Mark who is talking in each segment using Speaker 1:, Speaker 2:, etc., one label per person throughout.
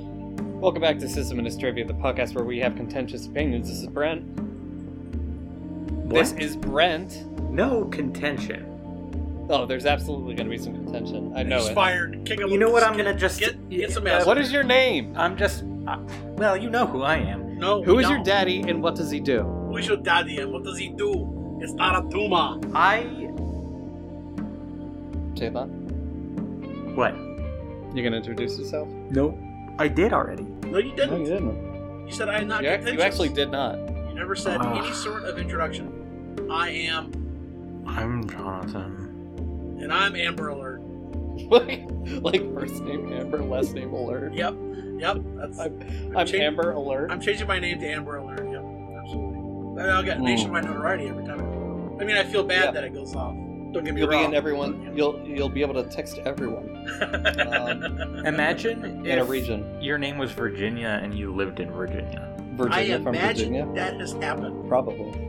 Speaker 1: Welcome back to System and Trivia, the podcast where we have contentious opinions. This is Brent. This
Speaker 2: What?
Speaker 1: is Brent.
Speaker 2: no contention.
Speaker 1: Oh, there's absolutely going to be some contention. I know
Speaker 3: He's
Speaker 1: it.
Speaker 3: fired. King of
Speaker 2: You know what?
Speaker 3: Lucas.
Speaker 2: I'm gonna just
Speaker 3: Get- get some
Speaker 2: uh,
Speaker 3: ass-
Speaker 1: What is your name?
Speaker 2: I'm just. Uh, well, you know who I am.
Speaker 3: No.
Speaker 1: Who
Speaker 3: we
Speaker 1: is your
Speaker 3: don't.
Speaker 1: daddy, and what does he do?
Speaker 3: Who is your daddy and what does he do? It's not a Duma.
Speaker 2: I.
Speaker 1: Say that.
Speaker 2: What?
Speaker 1: You gonna introduce yourself?
Speaker 2: No. I did already.
Speaker 3: No, you didn't.
Speaker 2: Oh,
Speaker 3: you,
Speaker 1: didn't.
Speaker 3: said I am not
Speaker 1: You, ac-
Speaker 3: contentious.
Speaker 1: you actually did not.
Speaker 3: You never said
Speaker 2: Ah.
Speaker 3: any sort of introduction. I am,
Speaker 2: I'm Jonathan.
Speaker 3: and I'm Amber Alert.
Speaker 1: like first name Amber, last name Alert.
Speaker 3: Yep. Yep. That's,
Speaker 1: I'm-
Speaker 3: I'm
Speaker 1: I'm
Speaker 3: chang-
Speaker 1: Amber Alert.
Speaker 3: I'm changing my name to Amber Alert. Yep. Absolutely. And I'll get
Speaker 1: Hmm.
Speaker 3: nationwide notoriety every time. I mean, I feel bad
Speaker 1: Yeah.
Speaker 3: that it goes off. Don't get me
Speaker 1: You'll be
Speaker 3: wrong.
Speaker 1: in everyone. You'll you'll be able to text everyone um,
Speaker 2: Imagine
Speaker 1: in a
Speaker 2: if
Speaker 1: region.
Speaker 2: your name was Virginia and you lived in Virginia.
Speaker 3: I
Speaker 1: Virginia from
Speaker 3: imagine
Speaker 1: Virginia,
Speaker 3: that has happened.
Speaker 1: probably.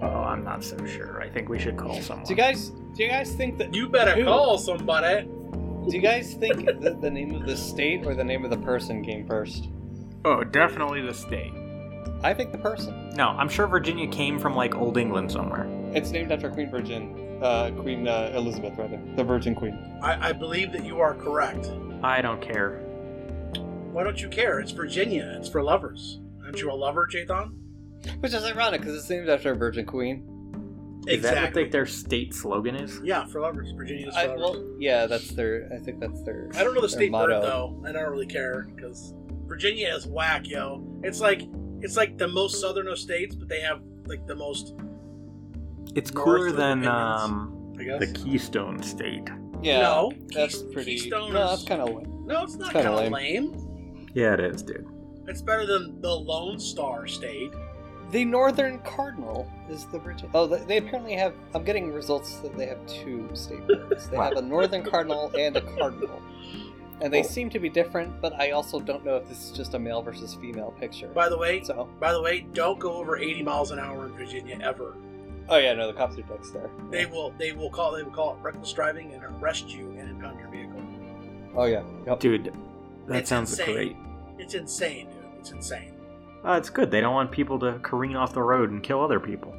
Speaker 2: Oh, I'm not so sure. I think we should call someone.
Speaker 1: Do you guys do you guys think that
Speaker 3: You better
Speaker 1: Who?
Speaker 3: call somebody.
Speaker 1: do you guys think that the name of the state or the name of the person came first?
Speaker 2: oh, definitely the state.
Speaker 1: I think the person.
Speaker 2: No, I'm sure Virginia came from like Old England somewhere.
Speaker 1: It's named after Queen Virgin, uh, Queen uh, Elizabeth, rather, the Virgin Queen.
Speaker 3: I, I believe that you are correct.
Speaker 2: I don't care.
Speaker 3: Why don't you care? It's Virginia. It's for lovers. Aren't you a lover, Jathan?
Speaker 1: Which is ironic because it's named after a Virgin Queen.
Speaker 2: Is that what like, their state slogan is?
Speaker 3: yeah, for lovers. Virginia is for
Speaker 1: I,
Speaker 3: lovers.
Speaker 1: well, yeah, that's their. I think that's their.
Speaker 3: I don't know the
Speaker 1: their
Speaker 3: state
Speaker 1: motto.
Speaker 3: bird though. I don't really care because Virginia is whack, yo. It's like it's like the most southern of states, but they have like the most.
Speaker 2: It's
Speaker 3: North
Speaker 2: cooler
Speaker 3: of
Speaker 2: than
Speaker 3: the Indians.
Speaker 2: um,
Speaker 3: I guess.
Speaker 2: the Keystone State.
Speaker 1: Yeah,
Speaker 3: No,
Speaker 1: that's
Speaker 3: Keys-
Speaker 1: pretty. No,
Speaker 3: Keystoners.
Speaker 1: that's kind of.
Speaker 3: No, it's not
Speaker 1: Kinda
Speaker 3: kind of
Speaker 1: lame.
Speaker 3: lame.
Speaker 2: Yeah, it is, dude.
Speaker 3: It's better than the Lone Star State.
Speaker 1: The Northern Cardinal is the Virgin. Oh, they- they apparently have. I'm getting results that they have two state birds. They have a Northern Cardinal and a Cardinal, and they
Speaker 2: Cool.
Speaker 1: seem to be different. But I also don't know if this is just a male versus female picture.
Speaker 3: By the way,
Speaker 1: so,
Speaker 3: by the way, don't go over 80 miles an hour in Virginia ever.
Speaker 1: oh yeah, no, the cops are dicks there.
Speaker 3: They will they will call they will call it reckless driving and arrest you and impound your vehicle.
Speaker 1: Oh yeah, yep.
Speaker 2: Dude, that
Speaker 3: It's
Speaker 2: sounds
Speaker 3: insane.
Speaker 2: great.
Speaker 3: It's insane, dude. It's insane.
Speaker 2: Uh, it's good. They don't want people to careen off the road and kill other people.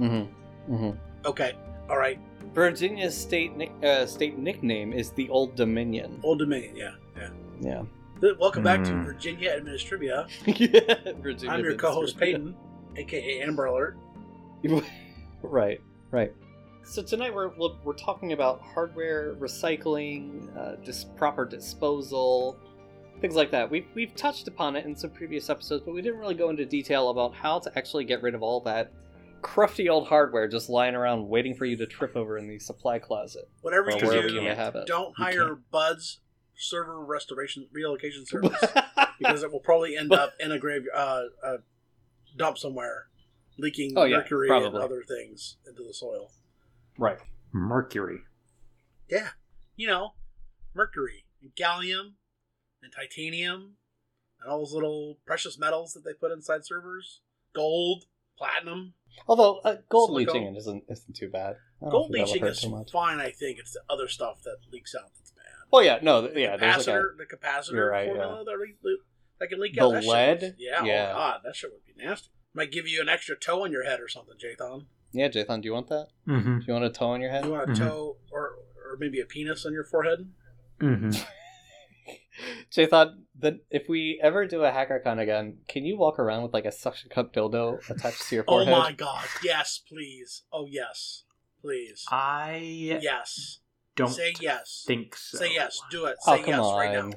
Speaker 1: Mm-hmm. Mm-hmm.
Speaker 3: Okay, all right.
Speaker 1: Virginia's state nick, uh, state nickname is the Old Dominion.
Speaker 3: Old Dominion, yeah, yeah.
Speaker 1: Yeah.
Speaker 3: Th- Welcome back to
Speaker 1: Hmm.
Speaker 2: Mm.
Speaker 3: Virginia Administrivia.
Speaker 1: Virginia.
Speaker 3: I'm your
Speaker 1: Vince
Speaker 3: co-host
Speaker 1: Virginia.
Speaker 3: Peyton, aka Amber Alert.
Speaker 1: right, right. So tonight we're we're we're talking about hardware recycling, uh, dis- proper disposal, things like that. We've we've touched upon it in some previous episodes, but we didn't really go into detail about how to actually get rid of all that crufty old hardware just lying around waiting for you to trip over in the supply closet
Speaker 3: Whatever
Speaker 1: or
Speaker 3: you
Speaker 1: wherever
Speaker 3: do,
Speaker 1: you may have it.
Speaker 3: don't
Speaker 2: You
Speaker 3: hire Bud's server restoration relocation service because it will probably end up in a grave uh, uh, dump somewhere, leaking
Speaker 1: Oh, yeah,
Speaker 3: mercury
Speaker 1: probably.
Speaker 3: and other things into the soil.
Speaker 1: right.
Speaker 2: Mercury.
Speaker 3: Yeah, you know, mercury and gallium and titanium and all those little precious metals that they put inside servers, gold, platinum.
Speaker 1: Although uh, gold
Speaker 3: Silicone.
Speaker 1: leaching it isn't isn't too bad. I don't
Speaker 3: Gold
Speaker 1: think that'll
Speaker 3: leaching
Speaker 1: hurt
Speaker 3: is
Speaker 1: too much.
Speaker 3: fine, I think. It's the other stuff that leaks out that's bad.
Speaker 1: Oh yeah, no, th- yeah. There's like a,
Speaker 3: capacitor, the
Speaker 1: You're
Speaker 3: capacitor
Speaker 1: right,
Speaker 3: formula that, re- le- that can leak
Speaker 1: The
Speaker 3: out. That shit
Speaker 1: lead?
Speaker 3: was- yeah,
Speaker 1: Yeah.
Speaker 3: Oh god, that shit would be nasty. Might give you an extra toe on your head or something, Jathan.
Speaker 1: yeah, Jathan, do you want that?
Speaker 2: Mm-hmm.
Speaker 1: Do you want a toe on your head?
Speaker 3: You want a
Speaker 2: Mhm.
Speaker 3: toe or or maybe a penis on your forehead?
Speaker 2: Mm-hmm.
Speaker 1: Jay thought that if we ever do a HackerCon again, can you walk around with like a suction cup dildo attached to your
Speaker 3: Oh
Speaker 1: forehead?
Speaker 3: my god, yes, please. Oh yes, please.
Speaker 2: I
Speaker 3: yes.
Speaker 2: don't
Speaker 3: Say yes.
Speaker 2: think so.
Speaker 3: Say yes. Do it.
Speaker 1: Oh
Speaker 3: Say
Speaker 1: come
Speaker 3: yes
Speaker 1: on!
Speaker 3: right now.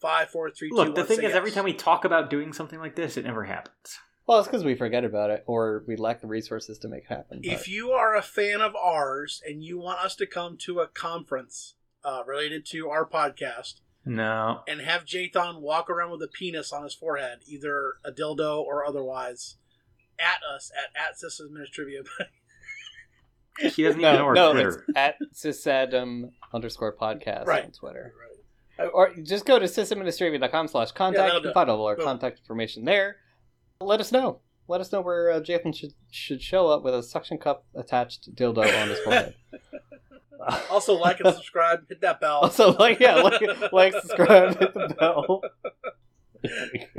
Speaker 3: Five, four, three, two,
Speaker 2: Look, the
Speaker 3: one,
Speaker 2: thing
Speaker 3: say
Speaker 2: is, every
Speaker 3: yes.
Speaker 2: time we talk about doing something like this, it never happens.
Speaker 1: Well, it's because we forget about it, or we lack the resources to make it happen. but-
Speaker 3: If you are a fan of ours and you want us to come to a conference uh, related to our podcast
Speaker 2: No.
Speaker 3: and have Jathan walk around with a penis on his forehead, either a dildo or otherwise, at us at at Systems Trivia.
Speaker 2: He doesn't even know
Speaker 1: no,
Speaker 2: our
Speaker 1: no, it's
Speaker 2: Twitter.
Speaker 1: at sysadum underscore podcast on
Speaker 3: Right.
Speaker 1: Twitter, or just go to sysadministrivia.com slash
Speaker 3: Yeah,
Speaker 1: contact.
Speaker 3: that'll
Speaker 1: You
Speaker 3: do
Speaker 1: can
Speaker 3: it.
Speaker 1: find all our
Speaker 3: Boom.
Speaker 1: contact information there. Let us know. Let us know where uh, Jathan should should show up with a suction cup attached dildo on his forehead.
Speaker 3: Also, like and subscribe. Hit that bell.
Speaker 1: Also, like, yeah, like, like, subscribe, hit the bell.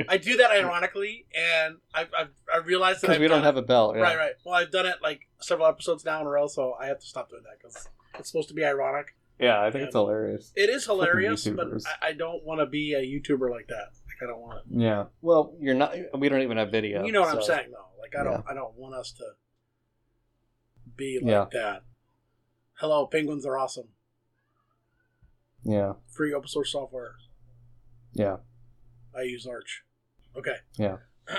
Speaker 3: I do that ironically, and I've, I've I realized that
Speaker 1: because
Speaker 3: I've
Speaker 1: we don't
Speaker 3: done
Speaker 1: have a bell. yeah.
Speaker 3: Right, right. Well, I've done it like several episodes now in a row, so I have to stop doing that because it's supposed to be ironic.
Speaker 1: Yeah, I think it's hilarious.
Speaker 3: It is hilarious, but
Speaker 1: YouTubers.
Speaker 3: I, I don't want to be a YouTuber like that. Like I don't want to.
Speaker 1: Yeah. Well, you're not. We don't even have video.
Speaker 3: you know what I'm
Speaker 1: so-
Speaker 3: saying, though. Like I don't, I don't want us to be like
Speaker 1: Yeah.
Speaker 3: that. Hello, penguins are awesome.
Speaker 1: Yeah.
Speaker 3: Free open source software.
Speaker 1: Yeah.
Speaker 3: I use Arch. Okay,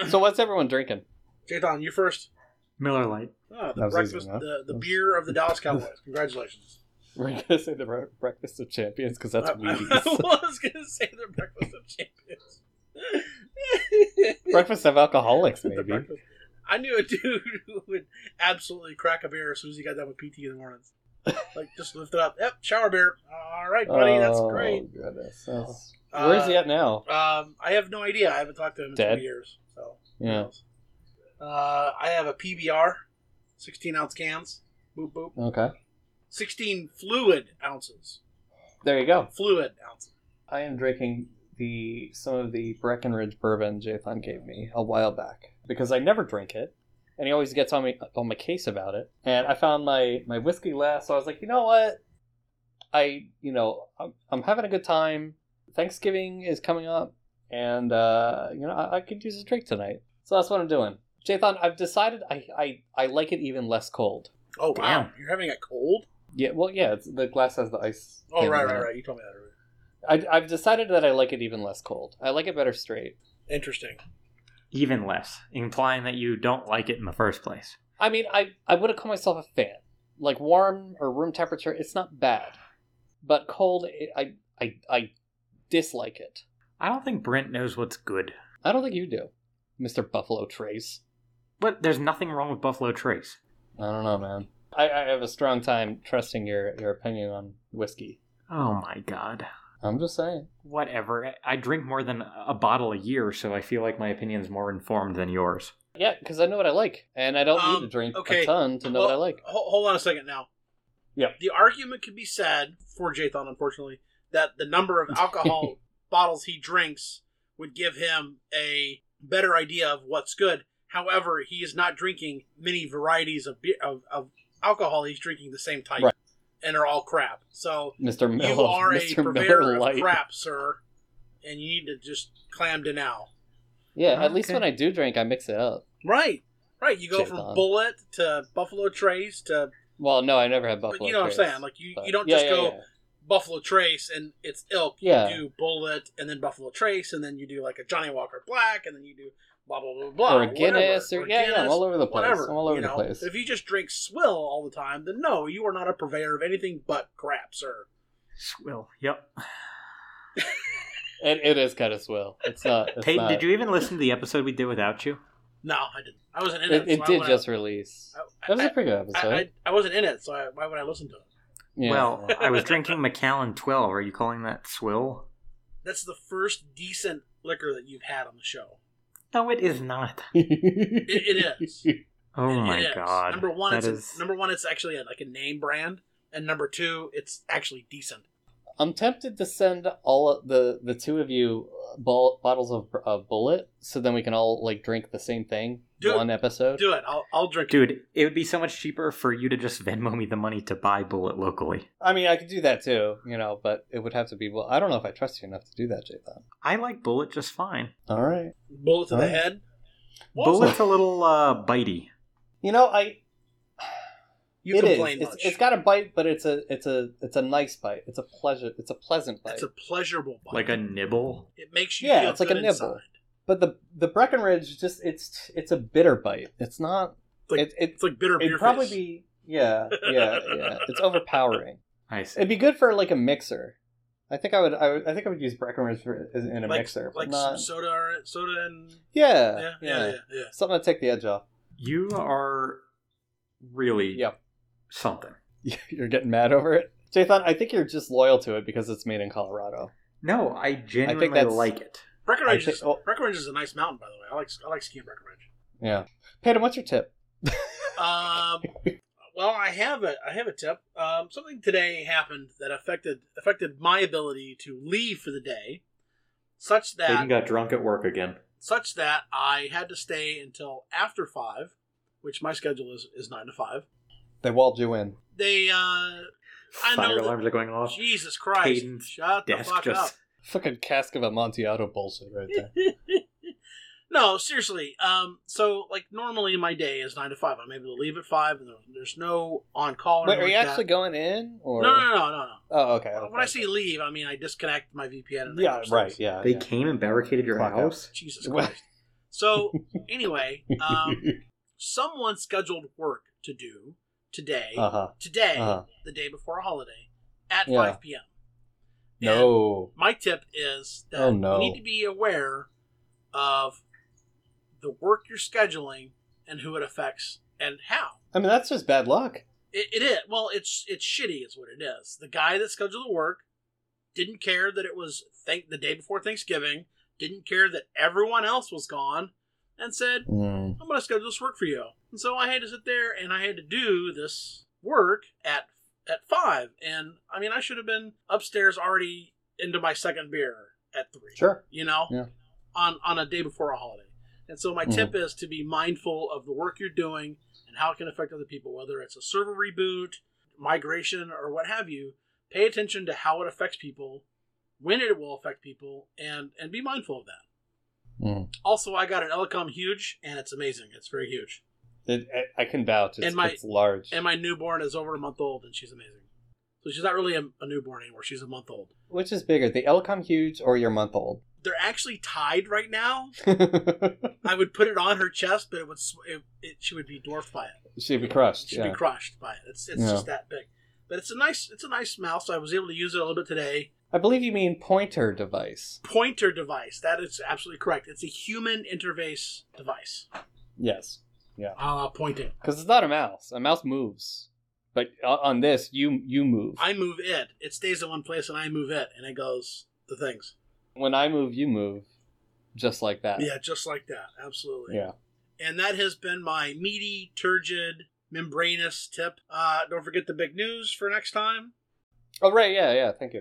Speaker 1: So what's everyone drinking?
Speaker 3: Jadon, you first.
Speaker 2: Miller Lite.
Speaker 3: Oh,
Speaker 1: That
Speaker 3: the
Speaker 1: was easy
Speaker 3: breakfast,
Speaker 1: enough.
Speaker 3: the, the
Speaker 1: That was-
Speaker 3: beer of the Dallas Cowboys. Congratulations.
Speaker 1: We're gonna say the bre- breakfast of champions because that's
Speaker 3: I, I
Speaker 1: Wheaties.
Speaker 3: was gonna say the breakfast of champions.
Speaker 1: breakfast of alcoholics,
Speaker 3: The
Speaker 1: maybe.
Speaker 3: breakfast. I knew a dude who would absolutely crack a beer as soon as he got done with PT in the mornings. Like just lift it up. Yep, shower beer. All right, buddy, that's
Speaker 1: Oh,
Speaker 3: great. Uh,
Speaker 1: goodness. That's- Where is he at now?
Speaker 3: Um, I have no idea. I haven't talked to him in
Speaker 1: Dead?
Speaker 3: two years. So who
Speaker 1: Yeah.
Speaker 3: knows? Uh, I have a PBR, sixteen ounce cans. Boop boop.
Speaker 1: Okay.
Speaker 3: Sixteen fluid ounces.
Speaker 1: There you go.
Speaker 3: Fluid ounces.
Speaker 1: I am drinking the some of the Breckenridge bourbon Jathan gave me a while back because I never drink it, and he always gets on me on my case about it. And I found my my whiskey last, so I was like, you know what, I you know I'm, I'm having a good time. Thanksgiving is coming up, and uh, you know I, I could use a drink tonight, so that's what I'm doing. Jathan, I've decided I, I I like it even less cold.
Speaker 3: Oh wow,
Speaker 2: Damn.
Speaker 3: you're having a cold?
Speaker 1: Yeah, well, yeah, it's, the glass has the ice.
Speaker 3: Oh
Speaker 1: handle
Speaker 3: right,
Speaker 1: in
Speaker 3: right,
Speaker 1: it.
Speaker 3: right. You told me that earlier.
Speaker 1: I, I've decided that I like it even less cold. I like it better straight.
Speaker 3: Interesting.
Speaker 2: Even less, implying that you don't like it in the first place.
Speaker 1: I mean, I I wouldn't call myself a fan. Like warm or room temperature, it's not bad, but cold, it, I I I dislike it.
Speaker 2: I don't think Brent knows what's good.
Speaker 1: I don't think you do, Mister Buffalo Trace.
Speaker 2: But there's nothing wrong with Buffalo Trace.
Speaker 1: I don't know, man. I, I have a strong time trusting your your opinion on whiskey.
Speaker 2: Oh my god.
Speaker 1: I'm just saying.
Speaker 2: Whatever. I- I drink more than a bottle a year, so I feel like my opinion's more informed than yours.
Speaker 1: Yeah, because I know what I like, and I don't
Speaker 3: Um,
Speaker 1: need to drink
Speaker 3: okay.
Speaker 1: a ton to know what I like.
Speaker 3: ho- hold on a second now.
Speaker 1: Yeah.
Speaker 3: The argument could be said for Jathan, unfortunately, that the number of alcohol bottles he drinks would give him a better idea of what's good. However, he is not drinking many varieties of beer, of, of alcohol. He's drinking the same type,
Speaker 1: Right.
Speaker 3: and they're all crap. So
Speaker 1: Mister Miller,
Speaker 3: you are a
Speaker 1: Mister
Speaker 3: purveyor
Speaker 1: Miller
Speaker 3: of
Speaker 1: Light.
Speaker 3: crap, sir, and you need to just clam to now.
Speaker 1: Yeah, at least
Speaker 2: Okay.
Speaker 1: when I do drink, I mix it up.
Speaker 3: Right, right. You go from
Speaker 1: Jathan.
Speaker 3: Bullet to Buffalo Trace to,
Speaker 1: Well, no, I never have Buffalo.
Speaker 3: but you know what I'm
Speaker 1: Trace,
Speaker 3: saying. Like you,
Speaker 1: but-
Speaker 3: you don't
Speaker 1: Yeah,
Speaker 3: just
Speaker 1: yeah,
Speaker 3: go.
Speaker 1: yeah.
Speaker 3: Buffalo Trace and it's ilk.
Speaker 1: Yeah.
Speaker 3: You do Bullet and then Buffalo Trace and then you do like a Johnny Walker Black and then you do blah blah blah blah
Speaker 1: or a Guinness,
Speaker 3: whatever.
Speaker 1: or, yeah, yeah, I'm
Speaker 3: Guinness,
Speaker 1: all over the place.
Speaker 3: whatever.
Speaker 1: I'm all over
Speaker 3: you
Speaker 1: the
Speaker 3: know?
Speaker 1: place.
Speaker 3: If you just drink swill all the time, then no, you are not a purveyor of anything but crap, sir.
Speaker 2: Swill. Yep.
Speaker 1: It, it is kind of swill. It's uh, not. It's
Speaker 2: Tate,
Speaker 1: not
Speaker 2: did you even listen to the episode we did without you?
Speaker 3: No, I didn't. I wasn't in it.
Speaker 1: It, it
Speaker 3: so I
Speaker 1: did
Speaker 3: wouldn't-
Speaker 1: just release.
Speaker 3: I, I,
Speaker 1: That was a pretty good episode.
Speaker 3: I, I, I wasn't in it, so I, why would I listen to it?
Speaker 1: yeah.
Speaker 2: Well, I was drinking Macallan 12. Are you calling that swill?
Speaker 3: That's the first decent liquor that you've had on the show.
Speaker 2: No, it is not.
Speaker 3: It, it is.
Speaker 2: Oh
Speaker 3: It- it
Speaker 2: my
Speaker 3: is.
Speaker 2: god.
Speaker 3: Number one,
Speaker 2: That
Speaker 3: it's
Speaker 2: is-
Speaker 3: a, number one, it's actually a, like a name brand, and number two, it's actually decent.
Speaker 1: I'm tempted to send all of the the two of you uh, bol- bottles of uh, bullet, so then we can all like drink the same thing
Speaker 3: Do it.
Speaker 1: one episode.
Speaker 3: Do it. I'll, I'll drink it.
Speaker 2: Dude, it would be so much cheaper for you to just Venmo me the money to buy Bullet locally.
Speaker 1: I mean, I could do that too, you know, but it would have to be. Well, I don't know if I trust you enough to do that, Jathan.
Speaker 2: I like Bullet just fine.
Speaker 1: All right.
Speaker 3: Bullet to the
Speaker 1: Alright.
Speaker 3: head. What was
Speaker 2: Bullet's a
Speaker 3: that?
Speaker 2: little uh, bitey.
Speaker 1: You know, I
Speaker 3: You
Speaker 1: it is.
Speaker 3: complain
Speaker 1: It's-
Speaker 3: much.
Speaker 1: it's got a bite, but it's a it's a it's a nice bite. It's a pleasure. It's a pleasant bite.
Speaker 3: It's a pleasurable bite.
Speaker 2: Like a nibble.
Speaker 3: It makes you
Speaker 1: Yeah,
Speaker 3: feel
Speaker 1: it's like
Speaker 3: good
Speaker 1: a nibble.
Speaker 3: inside.
Speaker 1: But the the Breckenridge just it's it's a bitter bite. It's not.
Speaker 3: Like,
Speaker 1: it it
Speaker 3: It's like bitter beer.
Speaker 1: it'd probably
Speaker 3: fizz.
Speaker 1: be yeah yeah yeah. It's overpowering.
Speaker 2: I see.
Speaker 1: It'd be good for like a mixer. I think I would I, would, I think I would use Breckenridge for, as- in a
Speaker 3: like,
Speaker 1: mixer, but
Speaker 3: like
Speaker 1: not
Speaker 3: some soda, or- soda and
Speaker 1: yeah
Speaker 3: yeah,
Speaker 1: yeah,
Speaker 3: yeah, yeah, yeah.
Speaker 1: something to take the edge off.
Speaker 2: You are really
Speaker 1: Yep.
Speaker 2: something.
Speaker 1: You're getting mad over it, Jathan. I think you're just loyal to it because it's made in Colorado.
Speaker 2: No, I genuinely
Speaker 1: that's-
Speaker 2: like it.
Speaker 3: Breckenridge,
Speaker 1: I think-
Speaker 3: is,
Speaker 1: oh.
Speaker 3: Breckenridge is a nice mountain, by the way. I like I like skiing Breckenridge.
Speaker 1: Yeah, Peyton, what's your tip?
Speaker 3: Um, well, I have a I have a tip. Um, something today happened that affected affected my ability to leave for the day, such that
Speaker 2: got drunk at work again.
Speaker 3: such that I had to stay until after five, which my schedule is is nine to five.
Speaker 1: They walled you in.
Speaker 3: They uh I
Speaker 2: Fire
Speaker 3: know that-
Speaker 2: alarms are going
Speaker 1: Oh,
Speaker 2: off.
Speaker 3: Jesus Christ.
Speaker 2: Cadence,
Speaker 3: shut the
Speaker 2: Desk
Speaker 3: fuck up.
Speaker 2: just
Speaker 1: Fucking cask of Amontillado bullshit right there.
Speaker 3: no, seriously. Um, so like normally my day is nine to five. I'm able to leave at five, and there- there's no on call. or
Speaker 1: Wait, are
Speaker 3: anything
Speaker 1: you
Speaker 3: like
Speaker 1: actually going in?
Speaker 3: That.
Speaker 1: Or
Speaker 3: No, no, no, no,
Speaker 1: oh, okay.
Speaker 3: no.
Speaker 1: okay.
Speaker 3: When I say leave, I mean I disconnect my VPN. And
Speaker 1: yeah,
Speaker 3: other
Speaker 1: right,
Speaker 3: stuff.
Speaker 1: yeah.
Speaker 2: they
Speaker 1: yeah.
Speaker 2: came and barricaded your
Speaker 1: Clock out.
Speaker 2: house.
Speaker 3: Jesus
Speaker 1: Well-
Speaker 3: Christ. so anyway, um, someone scheduled work to do today,
Speaker 1: Uh huh.
Speaker 3: today,
Speaker 1: Uh-huh.
Speaker 3: the day before a holiday, at
Speaker 1: Yeah.
Speaker 3: five p.m. And
Speaker 1: No.
Speaker 3: my tip is that
Speaker 1: Oh, no.
Speaker 3: you need to be aware of the work you're scheduling and who it affects and how.
Speaker 1: I mean, that's just bad luck.
Speaker 3: It, it is well, it's it's shitty, is what it is. The guy that scheduled the work didn't care that it was thank the day before Thanksgiving, didn't care that everyone else was gone, and said,
Speaker 1: Mm.
Speaker 3: "I'm going to schedule this work for you." And so I had to sit there and I had to do this work at at five, and I mean, I should have been upstairs already into my second beer at three
Speaker 1: Sure.
Speaker 3: you know
Speaker 1: Yeah.
Speaker 3: on on a day before a holiday and so my tip is to be mindful of the work you're doing and how it can affect other people whether it's a server reboot migration or what have you pay attention to how it affects people when it will affect people and and be mindful of that
Speaker 1: Mm.
Speaker 3: also i got an elecom huge and it's amazing it's very huge
Speaker 1: It, I, I can vouch. It's,
Speaker 3: And my-
Speaker 1: it's large.
Speaker 3: and my newborn is over a month old and she's amazing so she's not really a, a newborn anymore she's a month old
Speaker 1: Which is bigger, the Elcom huge or your month old?
Speaker 3: they're actually tied right now
Speaker 1: She'd
Speaker 3: i would put it on her chest but it would sw- it, it, she would be dwarfed by it
Speaker 1: be crushed.
Speaker 3: should
Speaker 1: yeah.
Speaker 3: be crushed by it. It's it's
Speaker 1: Yeah.
Speaker 3: just that big. But it's a nice it's a nice mouse. I was able to use it a little bit today.
Speaker 1: I believe you mean pointer device.
Speaker 3: Pointer device. That is absolutely correct. It's a human interface device.
Speaker 1: Yes.
Speaker 3: Uh pointing.
Speaker 1: Because it's not a mouse. A mouse moves. But o- on this, you you move.
Speaker 3: I move it. It stays in one place and I move it and it goes the things.
Speaker 1: When I move, you move. Just like that.
Speaker 3: Yeah, just like that. Absolutely.
Speaker 1: Yeah.
Speaker 3: And that has been my meaty, turgid, membranous tip. Uh don't forget the big news for next time.
Speaker 1: Oh, right. Yeah, yeah. Thank you.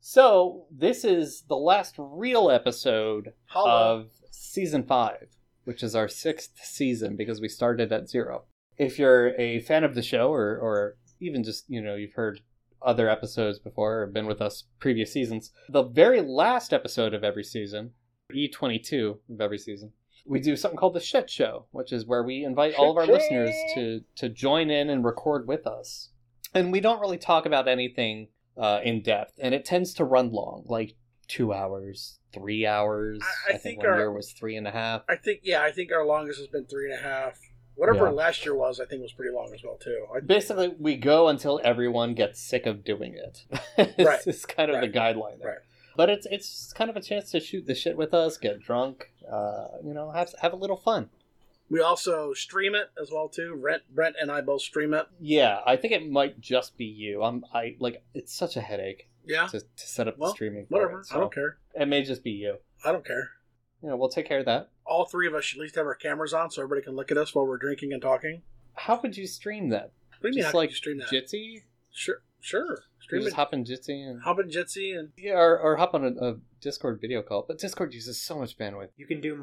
Speaker 1: So, this is the last real episode
Speaker 3: Hello.
Speaker 1: of season five, which is our sixth season because we started at zero. If you're a fan of the show, or or even just you know you've heard other episodes before or been with us previous seasons, the very last episode of every season, E22 E of every season, we do something called the Shit Show, which is where we invite all of our
Speaker 3: Shit show.
Speaker 1: listeners to to join in and record with us, and we don't really talk about anything uh, in depth, and it tends to run long, like two hours, three hours.
Speaker 3: I- I
Speaker 1: I, think,
Speaker 3: think
Speaker 1: one
Speaker 3: our-
Speaker 1: year was three and a half.
Speaker 3: I think yeah, I think our longest has been three and a half. Whatever
Speaker 1: Yeah.
Speaker 3: last year was, I think was pretty long as well too. I,
Speaker 1: Basically, we go until everyone gets sick of doing it. it's,
Speaker 3: Right.
Speaker 1: it's kind of
Speaker 3: Right.
Speaker 1: the guideline there.
Speaker 3: Right.
Speaker 1: But it's it's kind of a chance to shoot the shit with us, get drunk, uh, you know, have have a little fun.
Speaker 3: We also stream it as well too. Brent, Brent and I both stream it.
Speaker 1: Yeah, I think it might just be you. I'm I like it's such a headache
Speaker 3: Yeah,
Speaker 1: to, to set up
Speaker 3: Well,
Speaker 1: the streaming. for
Speaker 3: whatever.
Speaker 1: it,
Speaker 3: I
Speaker 1: so
Speaker 3: don't care.
Speaker 1: It may just be you.
Speaker 3: I don't care.
Speaker 1: You know, we'll take care of that.
Speaker 3: All three of us should at least have our cameras on so everybody can look at us while we're drinking and talking.
Speaker 1: How would you stream that?
Speaker 3: What do you mean?
Speaker 1: Just
Speaker 3: How can
Speaker 1: like
Speaker 3: you stream that?
Speaker 1: Jitsi?
Speaker 3: sure, sure.
Speaker 1: You
Speaker 3: Stream it.
Speaker 1: just hop in Jitsi and
Speaker 3: Hop in Jitsi and
Speaker 1: Yeah, or, or hop on a, a Discord video call, but Discord uses so much bandwidth.
Speaker 2: You can do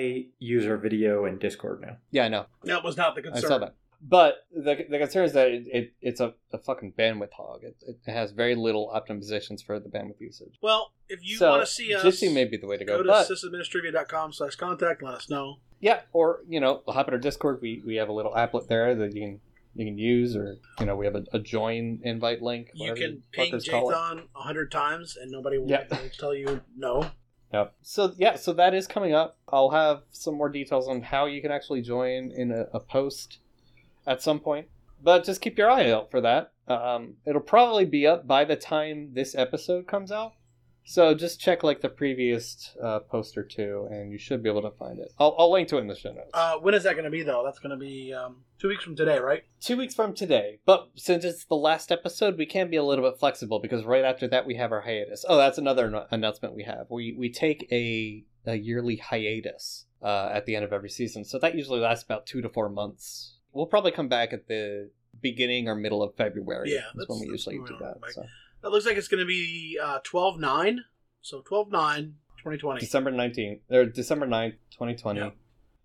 Speaker 2: multi-user video and Discord now.
Speaker 1: Yeah, I know.
Speaker 3: that was not the concern.
Speaker 1: I saw that. But the, the concern is that it, it, it's a, a fucking bandwidth hog. It, it has very little optimizations for the bandwidth usage.
Speaker 3: Well, if you
Speaker 1: So,
Speaker 3: want to see us,
Speaker 1: Jitsi may be the way to go.
Speaker 3: go to
Speaker 1: but
Speaker 3: sysadministrivia.com slash contact. Let us know.
Speaker 1: yeah, or you know, hop in our Discord. We we have a little applet there that you can you can use, or you know, we have a, a join invite link.
Speaker 3: You
Speaker 1: whatever
Speaker 3: can
Speaker 1: the
Speaker 3: ping
Speaker 1: fuckers call it.
Speaker 3: Jathan a hundred times and nobody will,
Speaker 1: Yeah.
Speaker 3: will tell you no.
Speaker 1: Yep. So yeah, so that is coming up. I'll have some more details on how you can actually join in a, a post at some point. But just keep your eye out for that. Um, it'll probably be up by the time this episode comes out. So just check like the previous uh, post or two, and you should be able to find it. I'll, I'll link to it in the show notes.
Speaker 3: Uh, when is that going to be though? That's going to be um, two weeks from today, right?
Speaker 1: two weeks from today, but since it's the last episode, we can be a little bit flexible because right after that we have our hiatus. Oh, that's another anno- announcement we have. We we take a a yearly hiatus uh, at the end of every season, so that usually lasts about two to four months. We'll probably come back at the beginning or middle of February.
Speaker 3: Yeah,
Speaker 1: that's
Speaker 3: that's-
Speaker 1: when we
Speaker 3: that's
Speaker 1: usually
Speaker 3: when
Speaker 1: do
Speaker 3: we're
Speaker 1: that.
Speaker 3: back.
Speaker 1: So.
Speaker 3: That looks like it's going to be uh, 12 9. So 12 9, 2020.
Speaker 1: December 19th, or December 9th, 2020,
Speaker 3: Yep.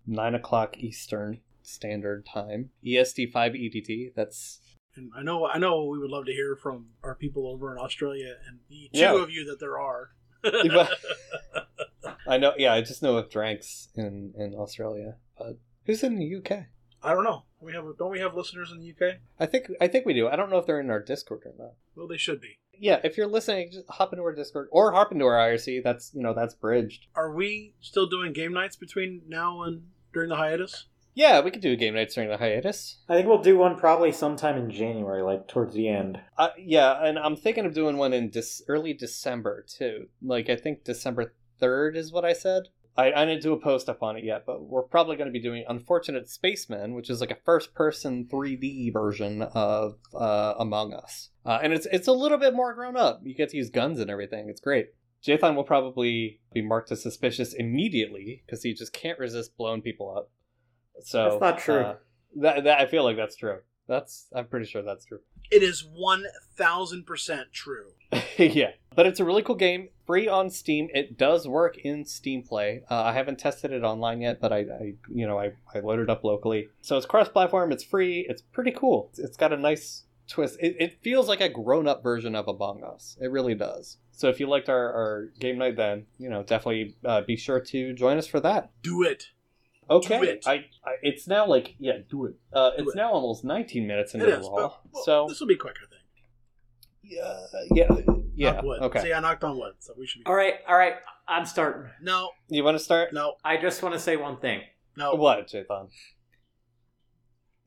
Speaker 1: 9 o'clock Eastern Standard Time, E EST 5 EDT. That's
Speaker 3: And I know, I know, we would love to hear from our people over in Australia and the two
Speaker 1: Yeah.
Speaker 3: of you that there are.
Speaker 1: I know, yeah, I just know of Dranks in, in Australia, but who's in the UK?
Speaker 3: I don't know. We have don't we have listeners in the UK?
Speaker 1: I think I think we do. I don't know if they're in our Discord or not.
Speaker 3: Well, they should be.
Speaker 1: Yeah, if you're listening, just hop into our Discord or hop into our IRC. That's you know that's bridged.
Speaker 3: Are we still doing game nights between now and during the hiatus?
Speaker 1: Yeah, we could do game nights during the hiatus.
Speaker 2: I think we'll do one probably sometime in January, like towards the end.
Speaker 1: Uh, yeah, and I'm thinking of doing one in dis- early December too. Like I think December third is what I said. I, I didn't do a post up on it yet, but we're probably going to be doing Unfortunate Spaceman, which is like a first person 3D version of uh, Among Us, uh, and it's it's a little bit more grown up. You get to use guns and everything. It's great. Jathan will probably be marked as suspicious immediately because he just can't resist blowing people up. So
Speaker 2: That's not true.
Speaker 1: uh, that, that I feel like that's true. That's I'm pretty sure that's true.
Speaker 3: It is one thousand percent true.
Speaker 1: yeah, but it's a really cool game. Free on Steam. It does work in Steam Play. Uh, I haven't tested it online yet, but I, I you know, I, I loaded up locally. So it's cross-platform. It's free. It's pretty cool. It's- it's got a nice twist. It, it feels like a grown-up version of Among Us. It really does. So if you liked our, our game night, then you know definitely uh, be sure to join us for that.
Speaker 3: Do it.
Speaker 1: Okay,
Speaker 3: Do it.
Speaker 1: I, I it's now like yeah, do it. Uh,
Speaker 3: Do
Speaker 1: it's
Speaker 3: it.
Speaker 1: now almost 19 minutes
Speaker 3: It
Speaker 1: into the
Speaker 3: is.
Speaker 1: law.
Speaker 3: But, well,
Speaker 1: so
Speaker 3: this will be quicker thing.
Speaker 1: yeah, yeah, yeah.
Speaker 3: Knock wood.
Speaker 1: Okay,
Speaker 3: See, I knocked on wood, so we should be.
Speaker 2: All right, all right. I'm starting.
Speaker 3: No,
Speaker 1: you want to start?
Speaker 3: no,
Speaker 2: I just want to say one thing.
Speaker 3: no.
Speaker 1: Oh, What, Jathan?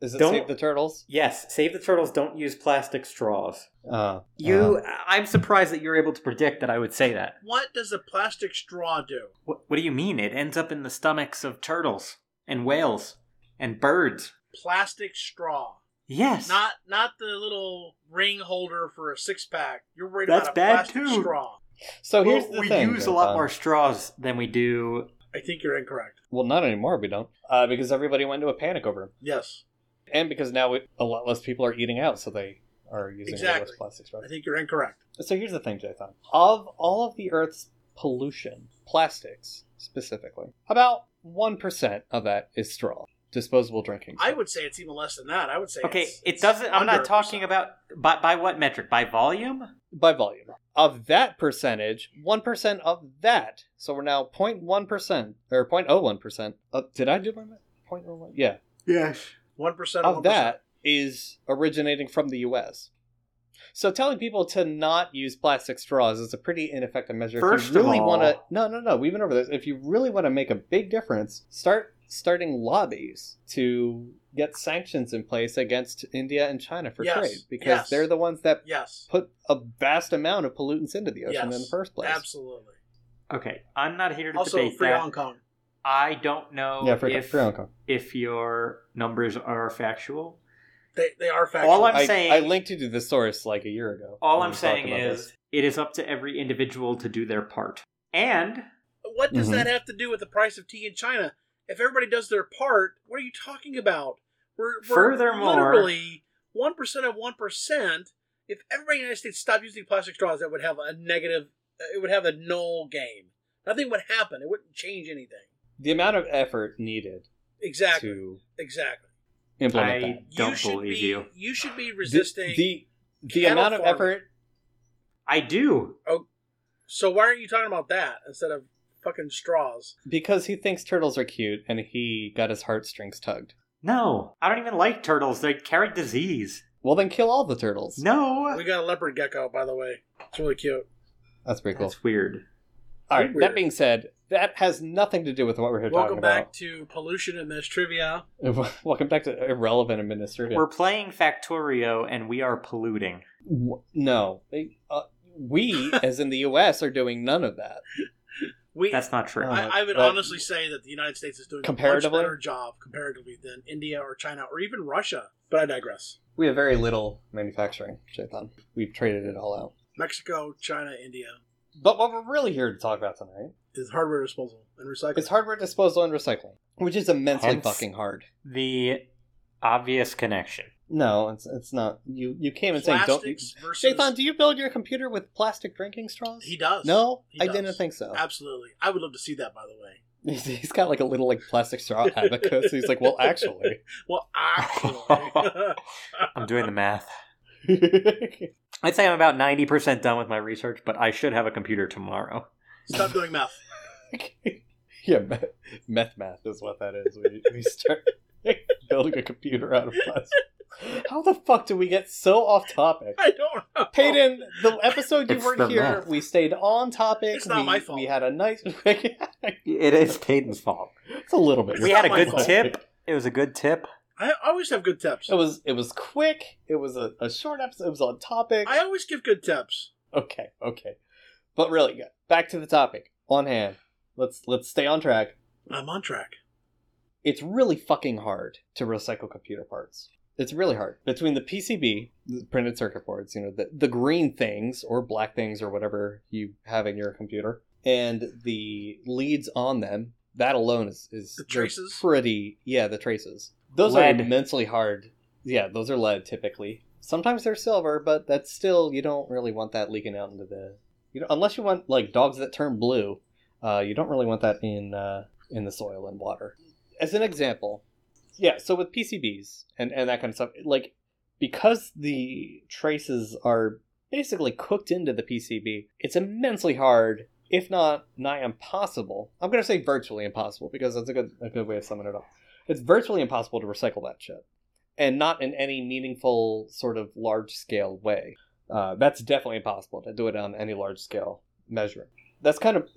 Speaker 1: Is it
Speaker 2: Don't-
Speaker 1: Save the Turtles?
Speaker 2: Yes, save the turtles. Don't use plastic straws.
Speaker 1: Uh,
Speaker 2: You, I'm surprised that you're able to predict that I would say that.
Speaker 3: What does a plastic straw do?
Speaker 2: What, what do you mean? It ends up in the stomachs of turtles and whales and birds.
Speaker 3: Plastic straw.
Speaker 2: Yes.
Speaker 3: Not not the little ring holder for a six pack. You're worried
Speaker 2: That's
Speaker 3: about a
Speaker 2: bad,
Speaker 3: plastic
Speaker 2: too.
Speaker 3: straw.
Speaker 1: so
Speaker 2: Well,
Speaker 1: here's the
Speaker 2: we
Speaker 1: thing.
Speaker 2: use a lot
Speaker 1: Jathan.
Speaker 2: more straws than we do.
Speaker 3: I think you're incorrect.
Speaker 1: Well, not anymore. We don't, uh, because everybody went into a panic over him,
Speaker 3: Yes,
Speaker 1: and because now we, a lot less people are eating out, so they are using way less
Speaker 3: Exactly.
Speaker 1: plastic straws.
Speaker 3: I think you're incorrect.
Speaker 1: So here's the thing, Jathan. Of all of the Earth's pollution, plastics specifically, about one percent of that is straw, disposable drinking.
Speaker 3: I
Speaker 1: cup.
Speaker 3: would say it's even less than that. I would say
Speaker 2: Okay,
Speaker 3: it's-
Speaker 2: it
Speaker 3: it's
Speaker 2: doesn't. I'm
Speaker 3: under
Speaker 2: not
Speaker 3: a
Speaker 2: talking
Speaker 3: percent.
Speaker 2: about by by what metric? By volume?
Speaker 1: by volume. Of that percentage, 1% of that. So we're now 0.1% or 0.01%. Uh, did I do my math? 0.01? Yeah.
Speaker 2: Yes.
Speaker 3: one percent
Speaker 1: Of that is originating from the US. So telling people to not use plastic straws is a pretty ineffective measure.
Speaker 2: First
Speaker 1: if
Speaker 2: of
Speaker 1: you really
Speaker 2: all-
Speaker 1: want to No, no, no, we've been over this. If you really want to make a big difference, start starting lobbies to get sanctions in place against India and China for
Speaker 3: Yes,
Speaker 1: trade because
Speaker 3: yes.
Speaker 1: they're the ones that
Speaker 3: Yes,
Speaker 1: put a vast amount of pollutants into the ocean in the
Speaker 3: Yes,
Speaker 1: first place.
Speaker 3: absolutely.
Speaker 2: Okay, I'm not here to
Speaker 3: Also,
Speaker 2: debate
Speaker 3: free
Speaker 2: that.
Speaker 3: Hong Kong.
Speaker 2: I don't know
Speaker 1: Yeah, for,
Speaker 2: if
Speaker 1: for Hong Kong.
Speaker 2: if your numbers are factual.
Speaker 3: They they are factual.
Speaker 2: All I'm
Speaker 1: I,
Speaker 2: saying,
Speaker 1: I linked you to the source like a year ago.
Speaker 2: all
Speaker 1: when
Speaker 2: I'm
Speaker 1: we talked
Speaker 2: saying
Speaker 1: about
Speaker 2: is
Speaker 1: this.
Speaker 2: it is up to every individual to do their part. And
Speaker 3: What does
Speaker 1: Mhm.
Speaker 3: that have to do with the price of tea in China? If everybody does their part, what are you talking about? We're, we're
Speaker 2: Furthermore-
Speaker 3: literally one percent of one percent. If everybody in the United States stopped using plastic straws, that would have a negative. It would have a null game. Nothing would happen. It wouldn't change anything.
Speaker 1: the amount of effort needed
Speaker 3: Exactly.
Speaker 1: to
Speaker 3: Exactly.
Speaker 1: implement
Speaker 2: I
Speaker 1: that.
Speaker 2: don't
Speaker 3: should
Speaker 2: believe
Speaker 3: be,
Speaker 2: you.
Speaker 3: should be resisting.
Speaker 1: the the, the
Speaker 3: cattle
Speaker 1: amount of
Speaker 3: farming.
Speaker 1: effort.
Speaker 2: I do.
Speaker 3: so why aren't you talking about that instead of fucking straws?
Speaker 1: Because he thinks turtles are cute, and he got his heartstrings tugged.
Speaker 2: No, I don't even like turtles. They carry disease.
Speaker 1: Well, then kill all the turtles.
Speaker 2: No,
Speaker 3: We got a leopard gecko, by the way. It's really cute.
Speaker 1: that's pretty cool.
Speaker 2: that's weird.
Speaker 1: All right.
Speaker 3: weird.
Speaker 1: That being said, that has nothing to do with what we're here
Speaker 3: Welcome
Speaker 1: talking
Speaker 3: back to pollution and this trivia.
Speaker 1: about. Welcome back to irrelevant administrative.
Speaker 2: We're playing Factorio, and we are polluting.
Speaker 1: W- No, They- uh, we as in the U.S. are doing none of that.
Speaker 3: We
Speaker 2: That's not true.
Speaker 1: Uh,
Speaker 3: I, I would
Speaker 1: Well-
Speaker 3: honestly say that the United States is doing a
Speaker 1: Comparatively?
Speaker 3: much better job comparatively than India or China or even Russia. But I digress.
Speaker 1: We have very little manufacturing, Jathan. We've traded it all out.
Speaker 3: Mexico, China, India
Speaker 1: But what we're really here to talk about tonight
Speaker 3: is hardware disposal and recycling.
Speaker 1: is hardware disposal and recycling, which is immensely
Speaker 2: Hence-
Speaker 1: fucking hard.
Speaker 2: the obvious connection.
Speaker 1: No, it's it's not. You you came and saying don't.
Speaker 3: Plastics versus
Speaker 1: Jathan, do you build your computer with plastic drinking straws?
Speaker 3: he does.
Speaker 1: no,
Speaker 3: He
Speaker 1: I
Speaker 3: does.
Speaker 1: didn't think so.
Speaker 3: absolutely. I would love to see that. By the way,
Speaker 1: He's- He's got like a little like plastic straw abacus. He's like, well, actually,
Speaker 3: well, actually,
Speaker 2: I'm doing the math. I'd say I'm about 90% done with my research, but I should have a computer tomorrow.
Speaker 3: stop doing math.
Speaker 1: yeah, meth, meth math is what that is. We, we start building a computer out of plastic. How the fuck do we get so off topic?
Speaker 3: I don't know.
Speaker 1: Peyton, the episode you
Speaker 2: It's the
Speaker 1: weren't here,
Speaker 2: math.
Speaker 1: we stayed on topic.
Speaker 3: It's not
Speaker 1: we,
Speaker 3: my fault.
Speaker 1: We had a nice.
Speaker 2: It is Peyton's fault.
Speaker 1: it's a little bit.
Speaker 2: We
Speaker 3: It's
Speaker 2: had a
Speaker 3: not my
Speaker 2: good
Speaker 3: fault.
Speaker 2: tip. It was a good tip.
Speaker 3: I always have good tips.
Speaker 1: It was it was quick. It was a, a short episode. It was on topic.
Speaker 3: I always give good tips.
Speaker 1: Okay, okay, but really, back to the topic on hand. Let's let's stay on track.
Speaker 3: I'm on track.
Speaker 1: It's really fucking hard to recycle computer parts. It's really hard between the PCB, the printed circuit boards, you know, the the green things or black things or whatever you have in your computer, and the leads on them. That alone is is
Speaker 3: The
Speaker 1: they're
Speaker 3: traces?
Speaker 1: Pretty, yeah, the traces. Those
Speaker 2: Lead.
Speaker 1: are immensely hard. Yeah, those are lead typically. Sometimes they're silver, but that's still you don't really want that leaking out into the you know unless you want like dogs that turn blue. Uh, you don't really want that in uh, in the soil and water. As an example, yeah. So with PCBs and and that kind of stuff, like because the traces are basically cooked into the PCB, it's immensely hard, if not nigh impossible. I'm gonna say virtually impossible because that's a good a good way of summing it up. It's virtually impossible to recycle that shit, and not in any meaningful sort of large scale way. Uh, that's definitely impossible to do it on any large scale measure. That's kind of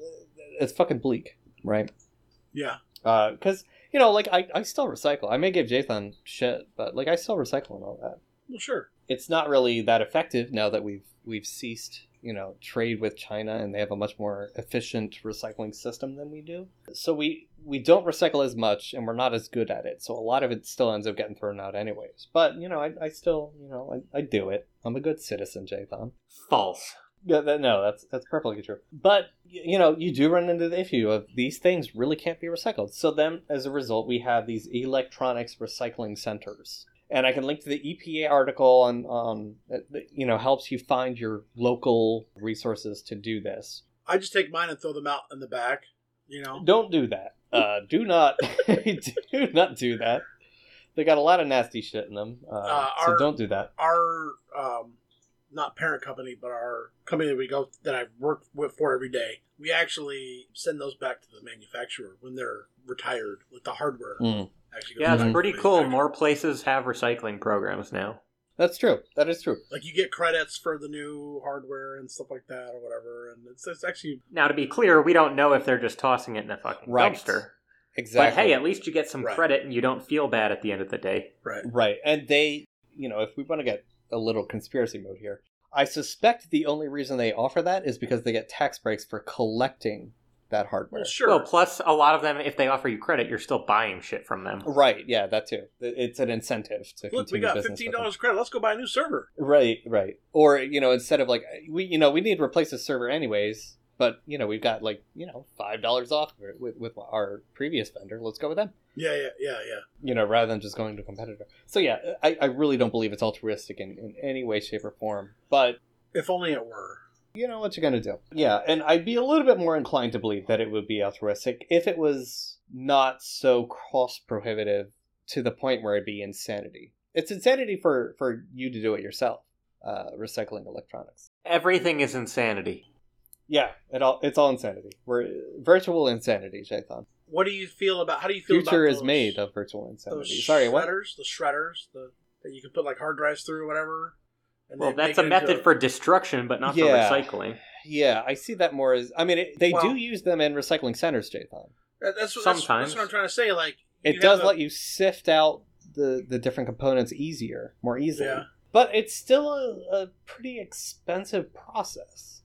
Speaker 1: it's fucking bleak, right?
Speaker 3: Yeah.
Speaker 1: Because you know, like I, I still recycle. I may give Jathan shit, but like I still recycle and all that
Speaker 3: Well, sure.
Speaker 1: it's not really that effective now that we've we've ceased you know trade with China and they have a much more efficient recycling system than we do. So we we don't recycle as much and we're not as good at it. So a lot of it still ends up getting thrown out anyways. But you know I, I still you know I, I do it. I'm a good citizen, Jathan.
Speaker 2: False.
Speaker 1: Yeah, that, no, that's that's perfectly true. But y- you know, you do run into the issue of these things really can't be recycled. So then, as a result, we have these electronics recycling centers, and I can link to the EPA article on um, that, that, you know helps you find your local resources to do this.
Speaker 3: I just take mine and throw them out in the back. You know.
Speaker 1: Don't do that. Uh, do not do not do that. They got a lot of nasty shit in them, uh,
Speaker 3: Uh,
Speaker 1: so
Speaker 3: our-
Speaker 1: don't do that.
Speaker 3: our um, not parent company, but our company that we go that I work with for every day. We actually send those back to the manufacturer when they're retired, like the hardware.
Speaker 1: Mm.
Speaker 3: Actually, goes
Speaker 2: Yeah,
Speaker 3: back
Speaker 2: it's
Speaker 3: to
Speaker 2: pretty
Speaker 3: the
Speaker 2: cool.
Speaker 3: manufacturer.
Speaker 2: More places have recycling programs now.
Speaker 1: That's true. That is true.
Speaker 3: like you get credits for the new hardware and stuff like that, or whatever. And it's, it's actually
Speaker 2: Now, to be clear, we don't know if they're just tossing it in a fucking
Speaker 1: Right.
Speaker 2: dumpster.
Speaker 1: Exactly.
Speaker 2: But hey, at least you get some
Speaker 3: Right.
Speaker 2: credit and you don't feel bad at the end of the day.
Speaker 3: right.
Speaker 1: Right. And they, you know, if we want to get a little conspiracy mode here, I suspect the only reason they offer that is because they get tax breaks for collecting that hardware.
Speaker 3: Well, sure.
Speaker 2: Well, plus a lot of them, if they offer you credit, you're still buying shit from them.
Speaker 1: Right. Yeah, that too. It- It's an incentive to
Speaker 3: Look, we
Speaker 1: continue
Speaker 3: got
Speaker 1: business with
Speaker 3: fifteen
Speaker 1: them.
Speaker 3: dollars credit. Let's go buy a new server.
Speaker 1: Right, right. Or, you know, instead of like we you know, we need to replace the server anyways, but you know, we've got like, you know, $5 off with with our previous vendor. Let's go with them.
Speaker 3: Yeah, yeah, yeah, yeah.
Speaker 1: you know, rather than just going to a competitor. So yeah, I, I really don't believe it's altruistic in, in any way, shape, or form. But
Speaker 3: If only it were.
Speaker 1: you know what you're gonna do. Yeah, and I'd be a little bit more inclined to believe that it would be altruistic if it was not so cost prohibitive to the point where it'd be insanity. It's insanity for for you to do it yourself, uh, recycling electronics.
Speaker 2: Everything is insanity.
Speaker 1: Yeah, it all it's all insanity. We're virtual insanity, Jathan.
Speaker 3: What do you feel about? How do you feel?
Speaker 1: Future
Speaker 3: about
Speaker 1: is
Speaker 3: those-
Speaker 1: made of virtual
Speaker 3: Those
Speaker 1: insanity. Sorry, what?
Speaker 3: shredders, the shredders, the that you can put like hard drives through, or whatever. And
Speaker 2: Well,
Speaker 3: they
Speaker 2: that's
Speaker 3: make
Speaker 2: a
Speaker 3: it into
Speaker 2: method for destruction, but not
Speaker 1: Yeah.
Speaker 2: for recycling.
Speaker 1: Yeah, I see that more as. I mean, it, they
Speaker 3: Well-
Speaker 1: do use them in recycling centers, Jathan.
Speaker 3: That- That's what, that's,
Speaker 2: Sometimes.
Speaker 3: that's what I'm trying to say. Like
Speaker 1: It
Speaker 3: you
Speaker 1: does
Speaker 3: have a-
Speaker 1: let you sift out the the different components easier, more easily.
Speaker 3: Yeah.
Speaker 1: But it's still a, a pretty expensive process.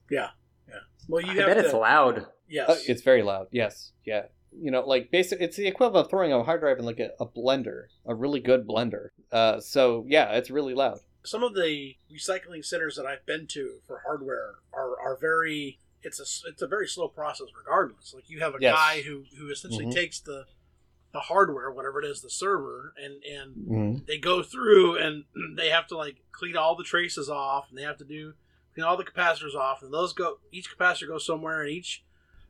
Speaker 3: Well, you
Speaker 2: I
Speaker 3: have
Speaker 2: bet
Speaker 3: to.
Speaker 2: it's loud.
Speaker 3: yes.
Speaker 1: Uh, it's very loud. Yes. Yeah. You know, like basic. It's the equivalent of throwing a hard drive in like a, a blender, a really good blender. Uh, so yeah, it's really loud.
Speaker 3: Some of the recycling centers that I've been to for hardware are are very. It's a s- it's a very slow process, regardless. Like you have a
Speaker 1: Yes.
Speaker 3: guy who who essentially
Speaker 1: Mhm.
Speaker 3: takes the the hardware, whatever it is, the server, and and
Speaker 1: Mm-hmm.
Speaker 3: they go through and they have to like clean all the traces off, and they have to do clean all the capacitors off, and those go each capacitor goes somewhere, and each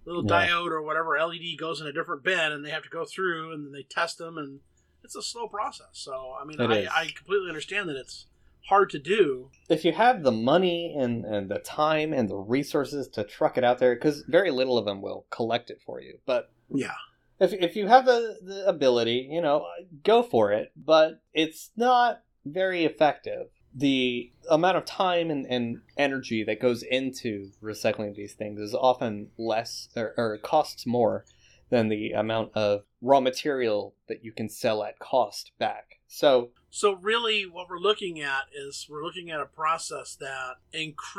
Speaker 3: little
Speaker 2: Yeah.
Speaker 3: diode or whatever LED goes in a different bin, and they have to go through and then they test them, and it's a slow process. So I mean,
Speaker 1: It
Speaker 3: I,
Speaker 1: is.
Speaker 3: I completely understand that it's hard to do.
Speaker 1: if you have the money and, and the time and the resources to truck it out there, because very little of them will collect it for you, but
Speaker 3: Yeah,
Speaker 1: if, if you have the, the ability, you know, go for it, but it's not very effective. The amount of time and, and energy that goes into recycling these things is often less or, or costs more than the amount of raw material that you can sell at cost back. So,
Speaker 3: So really, what we're looking at is we're looking at a process that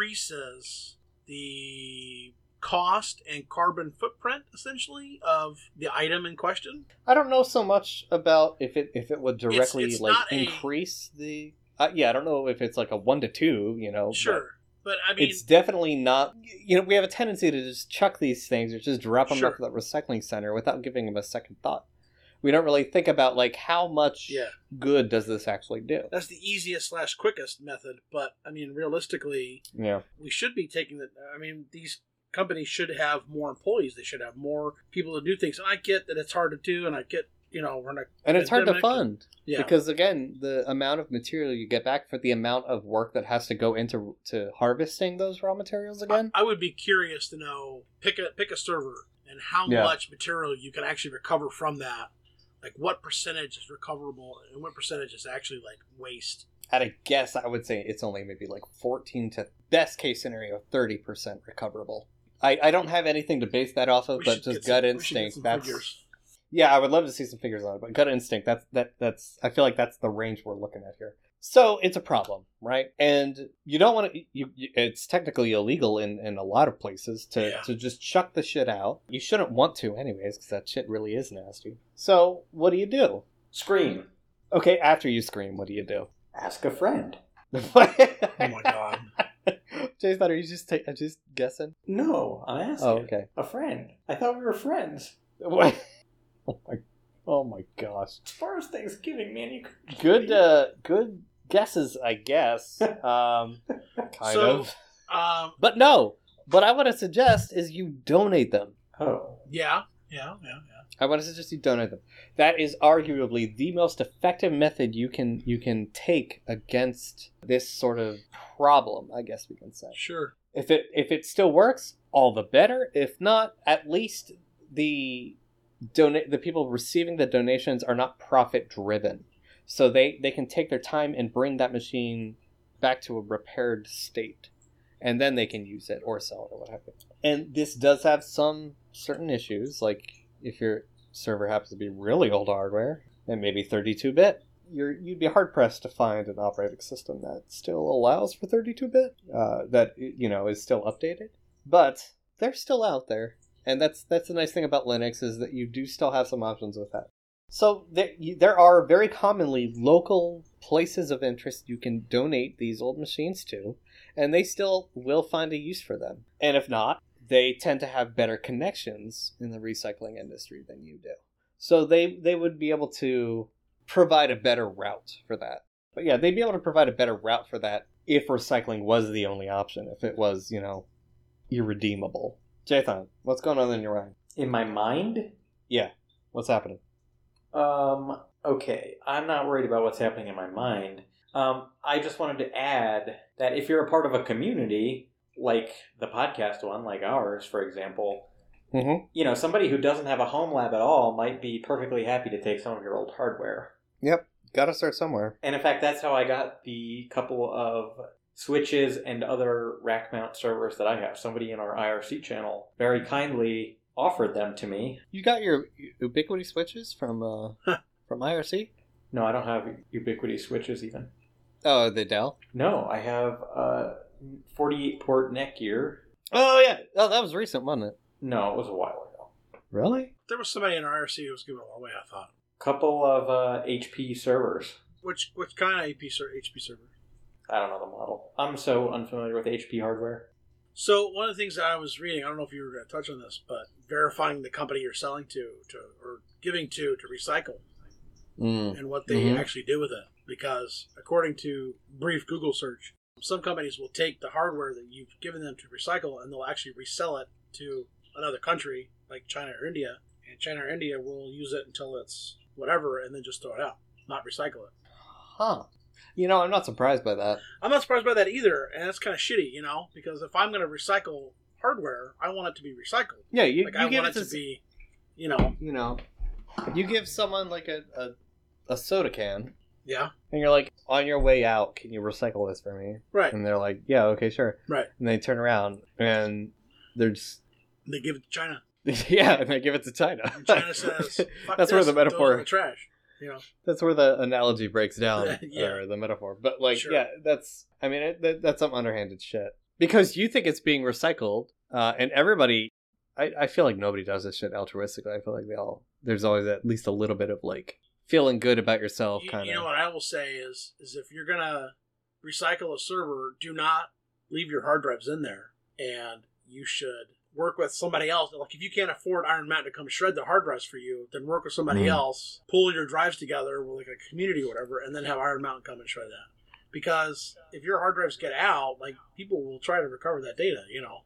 Speaker 3: increases the cost and carbon footprint essentially of the item in question.
Speaker 1: I don't know so much about if it if it would directly
Speaker 3: it's
Speaker 1: like
Speaker 3: not a-
Speaker 1: increase the. Uh, yeah, I don't know if it's like a one to two. You know, but
Speaker 3: Sure, but I mean,
Speaker 1: it's definitely not. You know, we have a tendency to just chuck these things or just drop them
Speaker 3: Sure.
Speaker 1: off at the recycling center without giving them a second thought. We don't really think about like how much
Speaker 3: yeah,
Speaker 1: good does this actually do.
Speaker 3: that's the easiest slash quickest method. But I mean, realistically,
Speaker 1: Yeah,
Speaker 3: we should be taking the. I mean, these companies should have more employees. They should have more people to do things. And I get that it's hard to do, and I get you know we're not.
Speaker 1: and it's hard to
Speaker 3: Pandemic-
Speaker 1: fund
Speaker 3: Yeah,
Speaker 1: because again, the amount of material you get back for the amount of work that has to go into to harvesting those raw materials
Speaker 3: I-
Speaker 1: again.
Speaker 3: I, would be curious to know pick a pick a server and how
Speaker 1: Yeah.
Speaker 3: much material you can actually recover from that. Like what percentage is recoverable and what percentage is actually like waste.
Speaker 1: at a guess, I would say it's only maybe like 14 to best case scenario, 30% recoverable. I, I don't have anything to base that off of,
Speaker 3: We
Speaker 1: but
Speaker 3: should get
Speaker 1: just
Speaker 3: some-
Speaker 1: gut
Speaker 3: we should get some
Speaker 1: instinct. That's
Speaker 3: figures.
Speaker 1: yeah, I would love to see some figures on it, but gut instinct. That's that that's. I feel like that's the range we're looking at here. So it's a problem, right? And you don't want to. You, you, it's technically illegal in, in a lot of places to,
Speaker 3: Yeah.
Speaker 1: to just chuck the shit out. You shouldn't want to, anyways, because that shit really is nasty. So what do you do?
Speaker 2: Scream.
Speaker 1: Okay, after you scream, what do you do?
Speaker 2: Ask a friend.
Speaker 3: Oh my god.
Speaker 1: Jason, are you just ta- uh, just guessing?
Speaker 2: No, I'm asking.
Speaker 1: Oh, okay.
Speaker 2: A friend. I thought we were friends.
Speaker 1: What? oh my, oh my gosh.
Speaker 2: As far as Thanksgiving, man, you could-
Speaker 1: Good, uh, good guesses, I guess. Um, kind
Speaker 3: So-
Speaker 1: of,
Speaker 3: Um,
Speaker 1: but no. What I want to suggest is you donate them.
Speaker 2: Oh.
Speaker 3: yeah, yeah, yeah, yeah.
Speaker 1: I want to suggest you donate them. That is arguably the most effective method you can you can take against this sort of problem. I guess we can say.
Speaker 3: Sure.
Speaker 1: if it if it still works, all the better. If not, at least the donate the people receiving the donations are not profit driven, so they they can take their time and bring that machine back to a repaired state, and then they can use it or sell it or what have you. And this does have some certain issues, like if your server happens to be really old hardware and maybe 32 bit. You're, you'd be hard pressed to find an operating system that still allows for 32-bit, uh, that you know is still updated. But they're still out there, and that's that's the nice thing about Linux is that you do still have some options with that. So there, you- there are very commonly local places of interest you can donate these old machines to, and they still will find a use for them. And if not, they tend to have better connections in the recycling industry than you do. So they they would be able to provide a better route for that. But yeah, they'd be able to provide a better route for that if recycling was the only option, if it was, you know, irredeemable. Jathan, what's going on in your mind?
Speaker 2: In my mind?
Speaker 1: What's happening?
Speaker 2: Um, okay. I'm not worried about what's happening in my mind. Um, I just wanted to add that if you're a part of a community, like the podcast one, like ours, for example,
Speaker 1: Mm-hmm.
Speaker 2: you know, somebody who doesn't have a home lab at all might be perfectly happy to take some of your old hardware.
Speaker 1: Gotta start somewhere.
Speaker 2: And in fact, that's how I got the couple of switches and other rack mount servers that I have. Somebody in our IRC channel very kindly offered them to me.
Speaker 1: You got your ubiquity switches from uh from IRC?
Speaker 2: No, I don't have ubiquity switches even.
Speaker 1: Oh, the Dell.
Speaker 2: No, I have a 48 port Netgear.
Speaker 1: Oh yeah. Oh, that was recent, wasn't it?
Speaker 2: No, it was a while ago.
Speaker 1: Really?
Speaker 3: There was somebody in IRC who was giving it away, I thought.
Speaker 2: Couple of uh, HP servers.
Speaker 3: Which which kind of AP ser- HP server?
Speaker 2: I don't know the model. I'm so unfamiliar with HP hardware.
Speaker 3: So one of the things that I was reading, I don't know if you were going to touch on this, but verifying the company you're selling to, to or giving to to recycle
Speaker 1: Mm.
Speaker 3: and what they
Speaker 1: Mhm.
Speaker 3: actually do with it. Because according to brief Google search, some companies will take the hardware that you've given them to recycle and they'll actually resell it to another country like China or India, and China or India will use it until it's whatever and then just throw it out, not recycle it.
Speaker 1: Huh. You know, I'm not surprised by that.
Speaker 3: I'm not surprised by that either, and that's kind of shitty, you know, because if I'm going to recycle hardware, I want it to be recycled.
Speaker 1: Yeah, you,
Speaker 3: Like
Speaker 1: you
Speaker 3: I
Speaker 1: give
Speaker 3: want
Speaker 1: it
Speaker 3: it
Speaker 1: to
Speaker 3: to be, you know,
Speaker 1: you know, you give someone like a, a a soda can,
Speaker 3: yeah,
Speaker 1: and you're like, on your way out, can you recycle this for me?
Speaker 3: right.
Speaker 1: And they're like, yeah, okay, sure.
Speaker 3: Right.
Speaker 1: And they turn around and they're just
Speaker 3: They give it to China.
Speaker 1: yeah, and they give it to China.
Speaker 3: And China says, Fuck
Speaker 1: That's where
Speaker 3: this,
Speaker 1: the
Speaker 3: throw it in
Speaker 1: metaphor-
Speaker 3: the trash. You know,
Speaker 1: that's where the analogy breaks down
Speaker 3: Yeah.
Speaker 1: or the metaphor but like
Speaker 3: Sure.
Speaker 1: yeah that's i mean it, that, that's some underhanded shit because you think it's being recycled uh, and everybody I, I feel like nobody does this shit altruistically i feel like they all there's always at least a little bit of like feeling good about yourself
Speaker 3: you,
Speaker 1: kind of
Speaker 3: you know what I will say is is if you're gonna recycle a server, do not leave your hard drives in there, and you should work with somebody else. Like if you can't afford Iron Mountain to come shred the hard drives for you, then work with somebody
Speaker 1: Mhm.
Speaker 3: else, pull your drives together with like a community or whatever, and then have Iron Mountain come and shred that. Because if your hard drives get out, like people will try to recover that data, you know.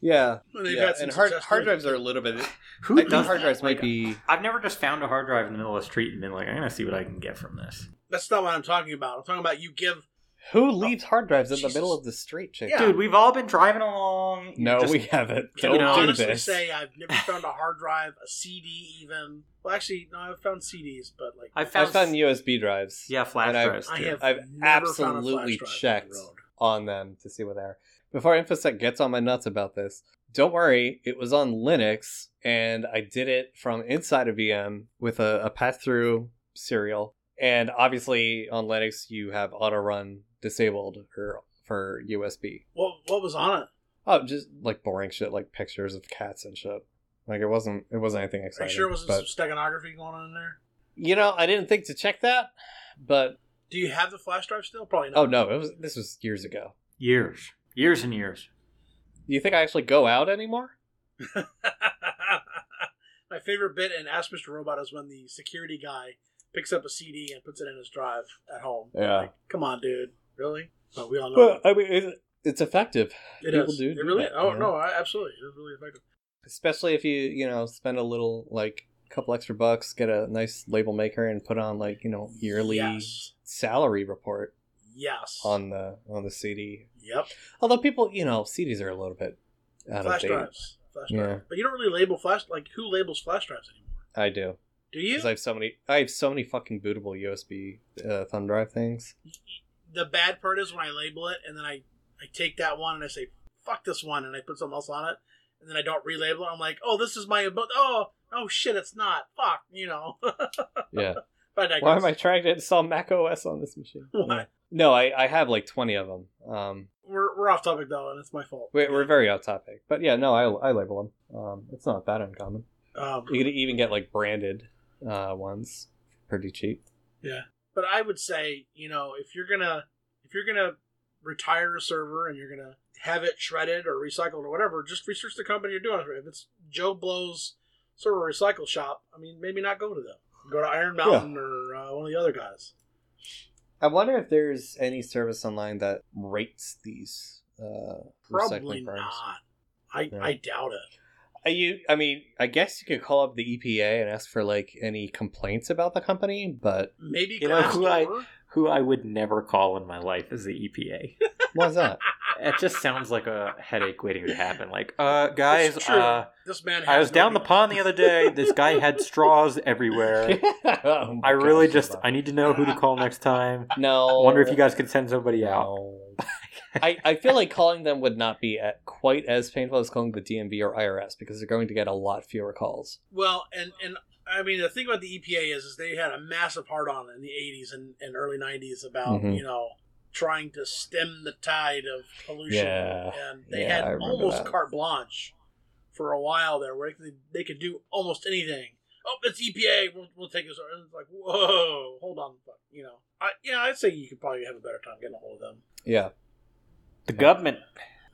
Speaker 1: yeah
Speaker 3: And they've
Speaker 1: yeah
Speaker 3: had some
Speaker 1: and hard,
Speaker 3: success
Speaker 1: hard
Speaker 3: doing
Speaker 1: drives are a little bit
Speaker 2: Who
Speaker 1: i think
Speaker 2: does
Speaker 1: hard
Speaker 2: that?
Speaker 1: drives might
Speaker 2: Like,
Speaker 1: be
Speaker 2: I've never just found a hard drive in the middle of the street and been like, I'm gonna see what I can get from this.
Speaker 3: That's not what I'm talking about. I'm talking about you give.
Speaker 1: who leaves hard drives in
Speaker 3: Jesus.
Speaker 1: the middle of the street chick
Speaker 3: Yeah.
Speaker 2: Dude, we've all been driving along.
Speaker 1: no
Speaker 2: just-
Speaker 1: we haven't
Speaker 3: Can
Speaker 1: don't
Speaker 3: we
Speaker 2: do
Speaker 3: honestly
Speaker 1: this
Speaker 3: say I've never found a hard drive, a CD, even? Well, actually, no, I've found CDs, but like
Speaker 2: I've found,
Speaker 1: i've found usb drives
Speaker 2: yeah flash
Speaker 1: and I-
Speaker 2: drives.
Speaker 3: I
Speaker 2: too.
Speaker 3: have
Speaker 1: I've
Speaker 3: never
Speaker 1: absolutely
Speaker 3: found a flash drive
Speaker 1: checked.
Speaker 3: On the road.
Speaker 1: on them to see what they are. Before InfoSec gets on my nuts about this, don't worry, it was on Linux, and I did it from inside a VM with a, a pass through serial. And obviously, on Linux, you have auto run disabled or for USB.
Speaker 3: What what was on it?
Speaker 1: Oh, just like boring shit, like pictures of cats and shit. Like it wasn't, it wasn't anything
Speaker 3: Are
Speaker 1: exciting.
Speaker 3: you sure it wasn't
Speaker 1: but-
Speaker 3: some steganography going on in there?
Speaker 1: you know, I didn't think to check that, but
Speaker 3: Do you have the flash drive still? Probably not.
Speaker 1: oh no, it was this was years ago.
Speaker 2: years, years and years.
Speaker 1: Do you think I actually go out anymore?
Speaker 3: My favorite bit in Ask Mr. Robot is when the security guy picks up a CD and puts it in his drive at home.
Speaker 1: Yeah.
Speaker 3: Like, come on, dude. Really? But we all know
Speaker 1: But I mean, it, it's effective.
Speaker 3: it
Speaker 1: people
Speaker 3: is.
Speaker 1: do
Speaker 3: it
Speaker 1: do
Speaker 3: really?
Speaker 1: that,
Speaker 3: oh
Speaker 1: yeah.
Speaker 3: no, I, absolutely. It was really effective.
Speaker 1: especially if you you know spend a little like couple extra bucks get a nice label maker and put on like you know yearly
Speaker 3: Yes.
Speaker 1: salary report
Speaker 3: Yes.
Speaker 1: on the on the cd
Speaker 3: Yep.
Speaker 1: although people you know cds are a little bit out
Speaker 3: Flash
Speaker 1: of date
Speaker 3: drives. Flash
Speaker 1: Yeah.
Speaker 3: drive. But you don't really label flash like who labels flash drives anymore?
Speaker 1: i do
Speaker 3: Do you?
Speaker 1: because i have so many i have so many fucking bootable usb uh, thumb drive things
Speaker 3: the bad part is when I label it and then I, I take that one and I say, fuck this one, and I put something else on it, and then I don't relabel it. I'm like, oh, this is my, abo- oh, oh shit, it's not. Fuck, you know.
Speaker 1: yeah
Speaker 3: but I
Speaker 1: why am
Speaker 3: digress.
Speaker 1: i trying to install mac os on this machine
Speaker 3: Why?
Speaker 1: Yeah. no i i have like 20 of them um
Speaker 3: We're, we're off topic though, and it's my fault.
Speaker 1: we're, we're very out topic but yeah no i i label them um it's not that uncommon
Speaker 3: Um,
Speaker 1: You could even get like branded uh, ones, pretty cheap.
Speaker 3: but I would say, you know, if you're gonna if you're gonna retire a server and you're gonna have it shredded or recycled or whatever, just research the company you're doing it for. If it's Joe Blow's server recycle shop, I mean, maybe not go to them. Go to Iron Mountain or uh, one of the other guys.
Speaker 1: I wonder if there's any service online that rates these uh,
Speaker 3: Probably
Speaker 1: recycling firms.
Speaker 3: not. I,
Speaker 1: Yeah.
Speaker 3: I doubt it.
Speaker 1: Are you, I mean, I guess you could call up the EPA and ask for like any complaints about the company, but
Speaker 3: Maybe
Speaker 2: You know who I-
Speaker 3: Glassdoor.
Speaker 2: Who I would never call in my life is the EPA.
Speaker 1: why's that?
Speaker 2: it just sounds like a headache waiting to happen. Like, uh, guys,
Speaker 3: It's true.
Speaker 2: uh,
Speaker 3: this man.
Speaker 2: I
Speaker 3: has
Speaker 2: was
Speaker 3: no
Speaker 2: down the
Speaker 3: people.
Speaker 2: pond the other day. This guy had straws everywhere.
Speaker 1: Oh my
Speaker 2: I really
Speaker 1: gosh,
Speaker 2: just
Speaker 1: Bob.
Speaker 2: I need to know who to call next time.
Speaker 1: no.
Speaker 2: I wonder if you guys could send somebody out.
Speaker 1: No. I, I feel like calling them would not be at quite as painful as calling the DMV or IRS because they're going to get a lot fewer calls.
Speaker 3: Well, and and I mean the thing about the EPA is, is they had a massive hard on in the '80s and, and early '90s about
Speaker 1: Mhm.
Speaker 3: you know trying to stem the tide of pollution,
Speaker 1: Yeah.
Speaker 3: and they
Speaker 1: Yeah, I
Speaker 3: had
Speaker 1: remember
Speaker 3: almost
Speaker 1: that.
Speaker 3: carte blanche for a while there, where they, they could do almost anything. Oh, it's EPA. We'll, we'll take this. And it's like, whoa, hold on, but you know, I yeah, I'd say you could probably have a better time getting a hold of them.
Speaker 1: Yeah.
Speaker 2: The government.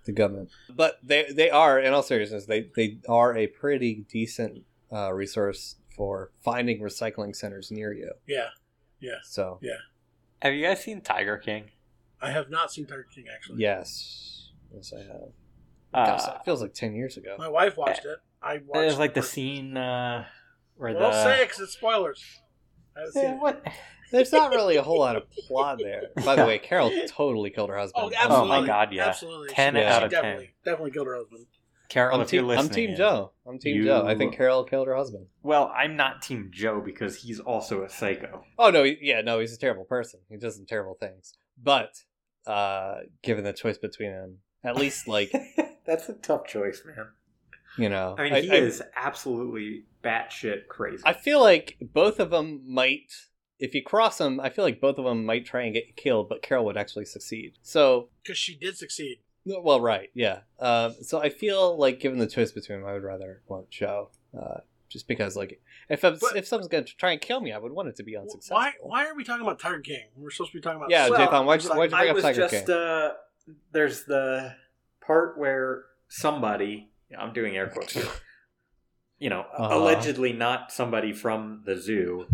Speaker 1: the government. But they they are, in all seriousness, they they are a pretty decent uh, resource for finding recycling centers near you.
Speaker 3: Yeah,
Speaker 1: So
Speaker 2: Have you guys seen Tiger King?
Speaker 3: I have not seen Tiger King actually.
Speaker 1: yes, yes, I have. Gosh,
Speaker 2: Uh,
Speaker 1: that feels like ten years ago.
Speaker 3: my wife watched it. I watched.
Speaker 2: there's like the
Speaker 3: part-
Speaker 2: scene uh, where
Speaker 3: Don't
Speaker 2: the
Speaker 3: say it 'cause it's spoilers. I haven't
Speaker 2: Yeah,
Speaker 3: seen it.
Speaker 2: what?
Speaker 1: There's not really a whole lot of plot there. By the way, Carol totally killed her husband.
Speaker 3: Oh, absolutely.
Speaker 2: Oh my god, yeah.
Speaker 3: Absolutely.
Speaker 2: Ten
Speaker 3: She-
Speaker 1: out
Speaker 3: she
Speaker 2: of ten.
Speaker 3: definitely, Definitely killed her husband.
Speaker 2: Carol,
Speaker 1: I'm
Speaker 2: if
Speaker 1: team,
Speaker 2: you're
Speaker 1: I'm
Speaker 2: listening,
Speaker 1: team Joe. I'm team
Speaker 2: you-
Speaker 1: Joe. I think Carol killed her husband.
Speaker 2: Well, I'm not Team Joe because he's also a psycho.
Speaker 1: Oh no, he- yeah, no, he's a terrible person. He does some terrible things. But uh given the choice between him, at least like
Speaker 2: That's a tough choice, man.
Speaker 1: you know,
Speaker 2: I mean, he is absolutely batshit crazy.
Speaker 1: I feel like both of them might. If you cross them, I feel like both of them might try and get killed, but Carol would actually succeed. So,
Speaker 3: Because she did succeed.
Speaker 1: no, well, right, yeah. Um, so I feel like, given the choice between them, I would rather want Joe, uh, just because, like, if I'm,
Speaker 3: But-
Speaker 1: if someone's going to try and kill me, I would want it to be unsuccessful.
Speaker 3: Why Why are we talking about Tiger King? We're supposed to be talking about.
Speaker 1: Yeah,
Speaker 2: Well,
Speaker 1: Jathan, why'd you,
Speaker 3: like,
Speaker 1: why'd you bring
Speaker 2: I
Speaker 1: up
Speaker 2: was
Speaker 1: Tiger
Speaker 2: just
Speaker 1: King?
Speaker 2: uh there's the part where somebody I'm doing air quotes here. You know,
Speaker 1: Uh-huh. Oh,
Speaker 2: allegedly not somebody from the zoo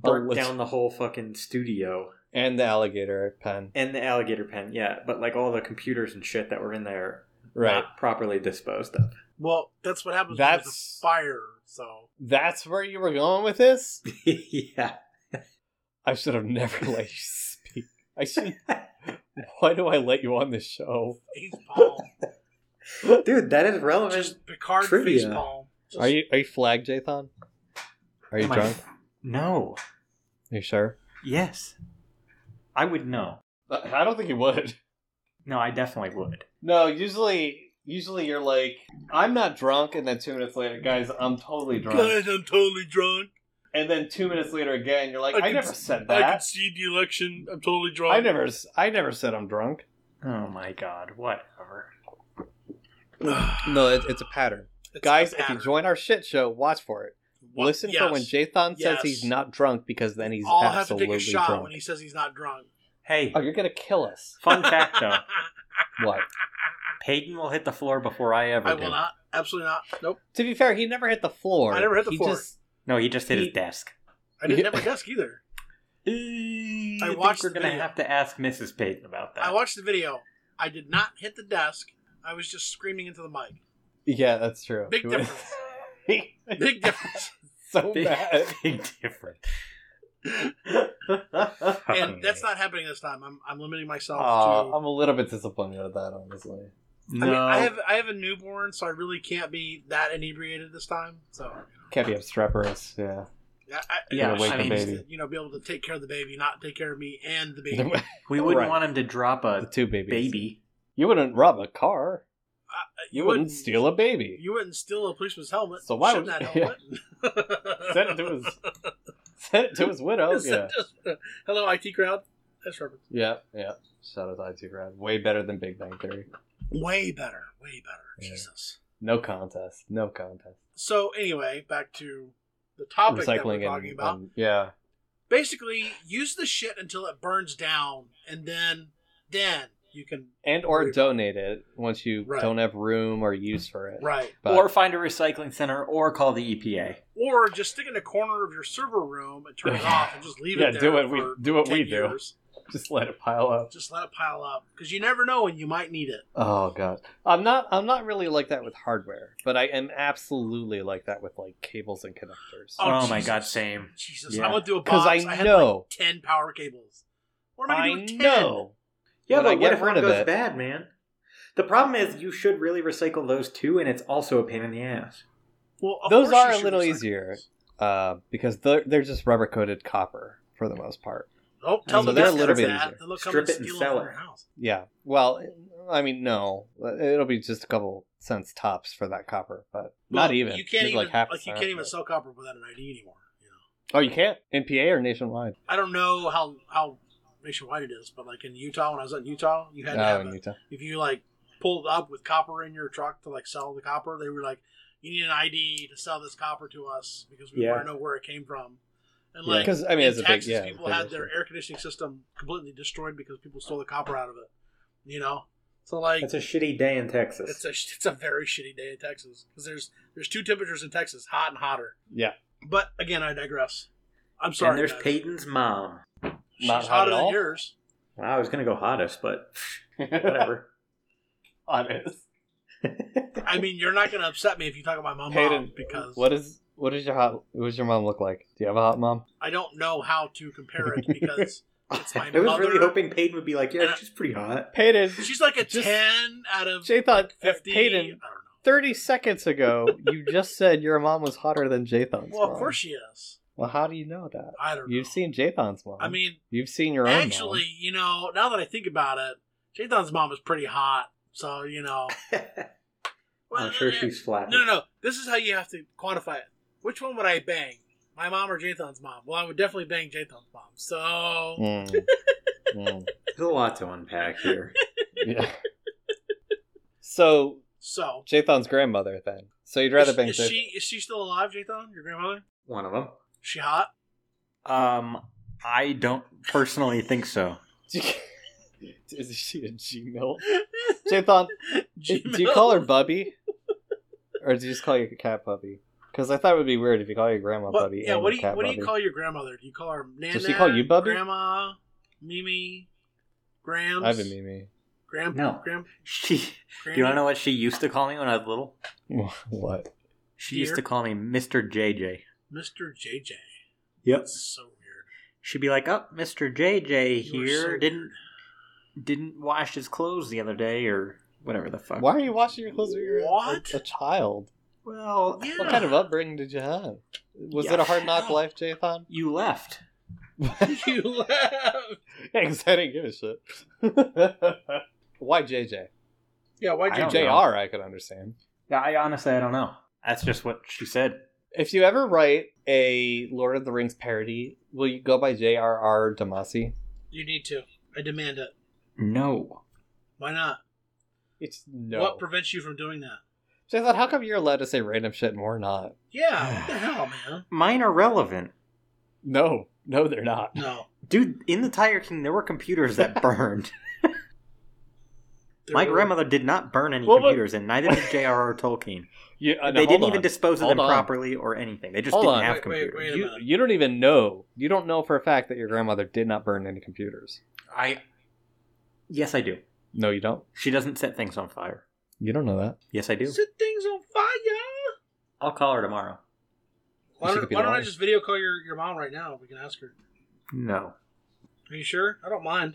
Speaker 2: burnt
Speaker 1: Alleg-
Speaker 2: down the whole fucking studio
Speaker 1: and the alligator pen,
Speaker 2: and the alligator pen. Yeah, but like all the computers and shit that were in there
Speaker 1: right?
Speaker 2: not properly disposed of.
Speaker 3: Well, that's what happens. That's
Speaker 1: That's-
Speaker 3: a fire. So
Speaker 1: That's where you were going with this.
Speaker 2: yeah.
Speaker 1: I should have never let you speak. I should. Why do I let you on this show?
Speaker 3: face palm.
Speaker 2: Dude, that is relevant.
Speaker 3: just Picard
Speaker 2: Trivia.
Speaker 3: face palm.
Speaker 1: Are you are you flagged, Jathan? Are you
Speaker 2: Am I-
Speaker 1: drunk?
Speaker 2: No.
Speaker 1: Are you sure?
Speaker 2: Yes. I would know.
Speaker 1: Uh, I don't think you would.
Speaker 2: No, I definitely would.
Speaker 1: No, usually usually you're like, I'm not drunk, and then two minutes later, guys, I'm totally drunk.
Speaker 3: Guys, I'm totally drunk.
Speaker 1: And then two minutes later again, you're like,
Speaker 3: I
Speaker 1: I,
Speaker 3: can
Speaker 1: never
Speaker 3: s- um,
Speaker 1: said
Speaker 3: I can
Speaker 1: that.
Speaker 3: see the election. I'm totally drunk.
Speaker 1: I, never s- I never said I'm drunk.
Speaker 2: Oh my god, whatever.
Speaker 1: No, it, it's a pattern.
Speaker 3: It's
Speaker 1: guys,
Speaker 3: a
Speaker 1: if you
Speaker 3: pattern.
Speaker 1: join our shit show, watch for it.
Speaker 3: What-
Speaker 1: Listen
Speaker 3: yes.
Speaker 1: for when Jathan says
Speaker 3: Yes.
Speaker 1: he's not drunk because then he's
Speaker 3: I'll have to
Speaker 1: absolutely
Speaker 3: take a shot
Speaker 1: drunk.
Speaker 3: when he says he's not drunk.
Speaker 2: Hey,
Speaker 1: Oh, you're gonna kill us.
Speaker 2: fun fact though.
Speaker 1: What?
Speaker 2: Peyton will hit the floor before I ever
Speaker 3: I
Speaker 2: do.
Speaker 3: will not. Absolutely not. Nope.
Speaker 1: To be fair, he never hit the floor.
Speaker 3: I never hit the
Speaker 1: He
Speaker 3: floor.
Speaker 1: just-
Speaker 2: No, he just hit
Speaker 1: He-
Speaker 2: his desk.
Speaker 3: I didn't have my desk either.
Speaker 2: I,
Speaker 3: watched
Speaker 2: We're
Speaker 3: the
Speaker 2: gonna
Speaker 3: video.
Speaker 2: have to ask Mrs. Peyton about that.
Speaker 3: I watched the video. I did not hit the desk. I was just screaming into the mic.
Speaker 1: yeah, that's true.
Speaker 3: Big
Speaker 1: He was-
Speaker 3: difference. Big difference.
Speaker 1: so
Speaker 2: Big,
Speaker 1: bad.
Speaker 2: big difference.
Speaker 3: and that's not happening this time. I'm, I'm limiting myself
Speaker 1: Aw, oh,
Speaker 3: to.
Speaker 1: Uh, I'm a little bit disappointed with that, honestly.
Speaker 2: No,
Speaker 3: I mean, I have I have a newborn, so I really can't be that inebriated this time. So
Speaker 1: Can't be obstreperous. Yeah.
Speaker 3: yeah, I,
Speaker 2: Yeah,
Speaker 3: I just
Speaker 2: wake the
Speaker 3: need
Speaker 1: baby.
Speaker 3: to, you know, be able to take care of the baby, not take care of me and the baby. Uh,
Speaker 1: The,
Speaker 2: we wouldn't
Speaker 1: Right.
Speaker 2: want him to drop a
Speaker 1: two babies.
Speaker 2: baby.
Speaker 1: You wouldn't rob a car. You wouldn't,
Speaker 3: Uh, wouldn't-
Speaker 1: steal a baby.
Speaker 3: You wouldn't steal a policeman's helmet.
Speaker 1: So why
Speaker 3: Shouldn't
Speaker 1: would-
Speaker 3: that helmet?
Speaker 1: Send it to his. send it to his widow. yeah.
Speaker 3: Hello, IT crowd. That's Robert.
Speaker 1: Yeah. Yeah. Shout out to IT Crowd. Way better than Big Bang Theory.
Speaker 3: Way better. Way better.
Speaker 1: Yeah.
Speaker 3: Jesus.
Speaker 1: No contest. No contest.
Speaker 3: So anyway, back to the topic that we're
Speaker 1: Recycling
Speaker 3: talking
Speaker 1: and, um,
Speaker 3: about.
Speaker 1: and- yeah.
Speaker 3: Basically, use the shit until it burns down, and then then you can
Speaker 1: And or
Speaker 3: Right.
Speaker 1: donate it once you
Speaker 3: Right.
Speaker 1: don't have room or use for it.
Speaker 3: right
Speaker 1: But-
Speaker 2: Or find a recycling center or call the E EPA.
Speaker 3: or just stick in a corner of your server room and turn it off and just leave
Speaker 1: yeah,
Speaker 3: it there.
Speaker 1: do what we
Speaker 3: for
Speaker 1: do what
Speaker 3: 10
Speaker 1: we do.
Speaker 3: years.
Speaker 1: Just let it pile up.
Speaker 3: Just let it pile up because you never know when you might need it.
Speaker 1: Oh god, I'm not. I'm not really like that with hardware, but I am absolutely like that with like cables and connectors.
Speaker 3: Oh,
Speaker 2: Oh, my
Speaker 3: Jesus.
Speaker 2: god, same.
Speaker 3: Jesus,
Speaker 2: Yeah.
Speaker 3: I went through a
Speaker 1: Because
Speaker 3: box.
Speaker 1: I
Speaker 3: had like
Speaker 1: know,
Speaker 3: ten power cables. What am I,
Speaker 1: I
Speaker 3: going to do? with 10?
Speaker 1: know.
Speaker 2: Yeah,
Speaker 1: When
Speaker 2: but
Speaker 1: I
Speaker 2: what
Speaker 1: get
Speaker 2: if one
Speaker 1: rid of
Speaker 2: goes
Speaker 1: it-
Speaker 2: bad, man? The problem is you should really recycle those two, and it's also a pain in the ass.
Speaker 3: Well, of
Speaker 1: Those
Speaker 3: course you
Speaker 1: are a
Speaker 3: should
Speaker 1: little
Speaker 3: recycle
Speaker 1: easier.
Speaker 3: those.
Speaker 1: Uh, because they're they're just rubber coated copper for the most part.
Speaker 3: Oh, tell
Speaker 2: So
Speaker 3: them
Speaker 2: they're a
Speaker 3: that's
Speaker 2: little bit
Speaker 3: that.
Speaker 1: easier.
Speaker 3: Then they'll come
Speaker 2: Strip
Speaker 3: and
Speaker 2: it and
Speaker 3: steal
Speaker 2: sell
Speaker 3: it from
Speaker 2: it.
Speaker 3: your house.
Speaker 1: Yeah. Well, I mean, no, it'll be just a couple cents tops for that copper, but not
Speaker 3: Well,
Speaker 1: even.
Speaker 3: You can't
Speaker 1: Maybe
Speaker 3: even like,
Speaker 1: half a
Speaker 3: you
Speaker 1: cent.
Speaker 3: can't even sell copper without an ID anymore. You know,
Speaker 1: Oh, you can't in PA or nationwide.
Speaker 3: I don't know how how nationwide it is, but like in Utah, when I was out in Utah, you had to
Speaker 1: Oh,
Speaker 3: have
Speaker 1: in
Speaker 3: a,
Speaker 1: Utah.
Speaker 3: if you like pulled up with copper in your truck to like sell the copper, they were like, you need an ID to sell this copper to us because we
Speaker 2: Yeah.
Speaker 3: want to know where it came from. And like
Speaker 1: Because I mean, it's a
Speaker 3: in
Speaker 1: big
Speaker 3: Texas,
Speaker 1: yeah.
Speaker 3: people
Speaker 1: big
Speaker 3: had
Speaker 1: issue.
Speaker 3: their air conditioning system completely destroyed because people stole the copper out of it. You know, So like
Speaker 2: It's a shitty day in Texas.
Speaker 3: it's a it's a very shitty day in Texas because there's there's two temperatures in Texas, hot and hotter.
Speaker 1: Yeah.
Speaker 3: But again, I digress. I'm sorry.
Speaker 2: and there's
Speaker 3: guys.
Speaker 2: Peyton's mom.
Speaker 3: She's
Speaker 1: Not hot
Speaker 3: hotter
Speaker 1: at
Speaker 3: than
Speaker 1: all?
Speaker 3: yours.
Speaker 2: Wow, I was gonna go hottest, but whatever.
Speaker 1: Honest.
Speaker 3: I mean, you're not going to upset me if you talk about my mom
Speaker 1: Hayden,
Speaker 3: because
Speaker 1: what is what does your hot what does your mom look like? Do you have a hot mom?
Speaker 3: I don't know how to compare it because it's my
Speaker 2: I was
Speaker 3: mother.
Speaker 2: really hoping Peyton would be like, yeah,
Speaker 3: And-
Speaker 2: she's pretty hot.
Speaker 1: Peyton,
Speaker 3: She's like a
Speaker 1: Just-
Speaker 3: ten out of
Speaker 1: Jathan, uh,
Speaker 3: fifty. I don't
Speaker 1: Peyton,
Speaker 3: know.
Speaker 1: thirty seconds ago you just said your mom was hotter than Jathan's
Speaker 3: Well,
Speaker 1: mom.
Speaker 3: of course she is.
Speaker 1: Well, how do you know that?
Speaker 3: I don't.
Speaker 1: You've
Speaker 3: know.
Speaker 1: seen Jathan's mom.
Speaker 3: I mean,
Speaker 1: you've seen your own. mom.
Speaker 3: actually, you know, now that I think about it, Jathan's mom is pretty hot. So you know,
Speaker 2: I'm sure she's flat.
Speaker 3: uh, No, no, no. This is how you have to quantify it. Which one would I bang? My mom or Jathan's mom? Well, I would definitely bang Jathan's mom. So
Speaker 1: Mm. Mm.
Speaker 2: There's a lot to unpack here.
Speaker 1: Yeah. So
Speaker 3: so.
Speaker 1: Jathan's grandmother then. So you'd rather
Speaker 3: is,
Speaker 1: bang
Speaker 3: is
Speaker 1: Jathan.
Speaker 3: she is she still alive, Jathan? Your grandmother? Is
Speaker 2: One of them.
Speaker 3: she hot?
Speaker 2: Um, I don't personally think so.
Speaker 1: Is she a Gmail? Jathan, do do you call her Bubby? Or do you just call your cat Bubby? Because I thought it would be weird if you call your grandma
Speaker 3: What,
Speaker 1: Bubby.
Speaker 3: yeah.
Speaker 1: and your
Speaker 3: What do you
Speaker 1: cat
Speaker 3: what do
Speaker 1: Bubby.
Speaker 3: you call your grandmother? Do you call her Nana?
Speaker 1: she call you Bubby?
Speaker 3: Grandma, Mimi, Grams.
Speaker 1: I've been Mimi.
Speaker 3: Gram.
Speaker 2: No.
Speaker 3: Gram.
Speaker 2: She. Do you want to know what she used to call me when I was little?
Speaker 1: What?
Speaker 2: She
Speaker 3: Dear.
Speaker 2: used to call me Mister JJ.
Speaker 3: Mr. JJ.
Speaker 2: Yep.
Speaker 3: That's so weird.
Speaker 2: She'd be like, "Oh, Mister JJ
Speaker 3: You are
Speaker 2: here
Speaker 3: so
Speaker 2: didn't didn't wash his clothes the other day or whatever the fuck."
Speaker 1: Why are you washing your clothes when you're a-
Speaker 3: What?
Speaker 1: A, child?
Speaker 2: Well,
Speaker 3: Yeah.
Speaker 1: What kind of upbringing did you have? Was it
Speaker 2: Yeah.
Speaker 1: a hard knock life, Jathan?
Speaker 2: you left.
Speaker 3: you laugh.
Speaker 1: Because I didn't give a shit. Why JJ?
Speaker 3: Yeah. Why'd
Speaker 2: I
Speaker 3: you
Speaker 2: don't
Speaker 1: JR,
Speaker 2: know.
Speaker 1: I could understand.
Speaker 2: Yeah, I honestly I don't know. That's just what she said.
Speaker 1: If you ever write a Lord of the Rings parody, will you go by J.R.R. Damasi?
Speaker 3: You need to. I demand it.
Speaker 2: No.
Speaker 3: Why not?
Speaker 1: It's no.
Speaker 3: What prevents you from doing that?
Speaker 1: so I thought, how come you're allowed to say random shit and we're not?
Speaker 3: Yeah, what the hell, man?
Speaker 2: Mine are relevant.
Speaker 1: No, no, they're not.
Speaker 3: No.
Speaker 2: Dude, in the Tiger King there were computers that burned.
Speaker 3: There
Speaker 2: My
Speaker 3: were-
Speaker 2: grandmother did not burn any
Speaker 1: Well, but-
Speaker 2: computers and neither did J.R.R. Tolkien.
Speaker 1: You, uh, no,
Speaker 2: they
Speaker 1: hold
Speaker 2: didn't
Speaker 1: on.
Speaker 2: even dispose of
Speaker 1: Hold
Speaker 2: them
Speaker 1: on.
Speaker 2: properly or anything. They just
Speaker 1: Hold
Speaker 2: didn't
Speaker 1: on.
Speaker 2: have
Speaker 3: Wait, wait,
Speaker 2: computers.
Speaker 3: wait.
Speaker 1: You, you don't even know. You don't know for a fact that your grandmother did not burn any computers.
Speaker 2: I Yes, I do.
Speaker 1: No, you don't.
Speaker 2: She doesn't set things on fire.
Speaker 1: You don't know that.
Speaker 2: Yes, I do.
Speaker 3: Set things on fire.
Speaker 2: I'll call her tomorrow.
Speaker 3: Why
Speaker 1: She
Speaker 3: don't,
Speaker 1: could be
Speaker 3: why don't I
Speaker 1: lying.
Speaker 3: just video call your, your mom right now? We can ask her.
Speaker 2: No.
Speaker 3: Are you sure? I don't mind.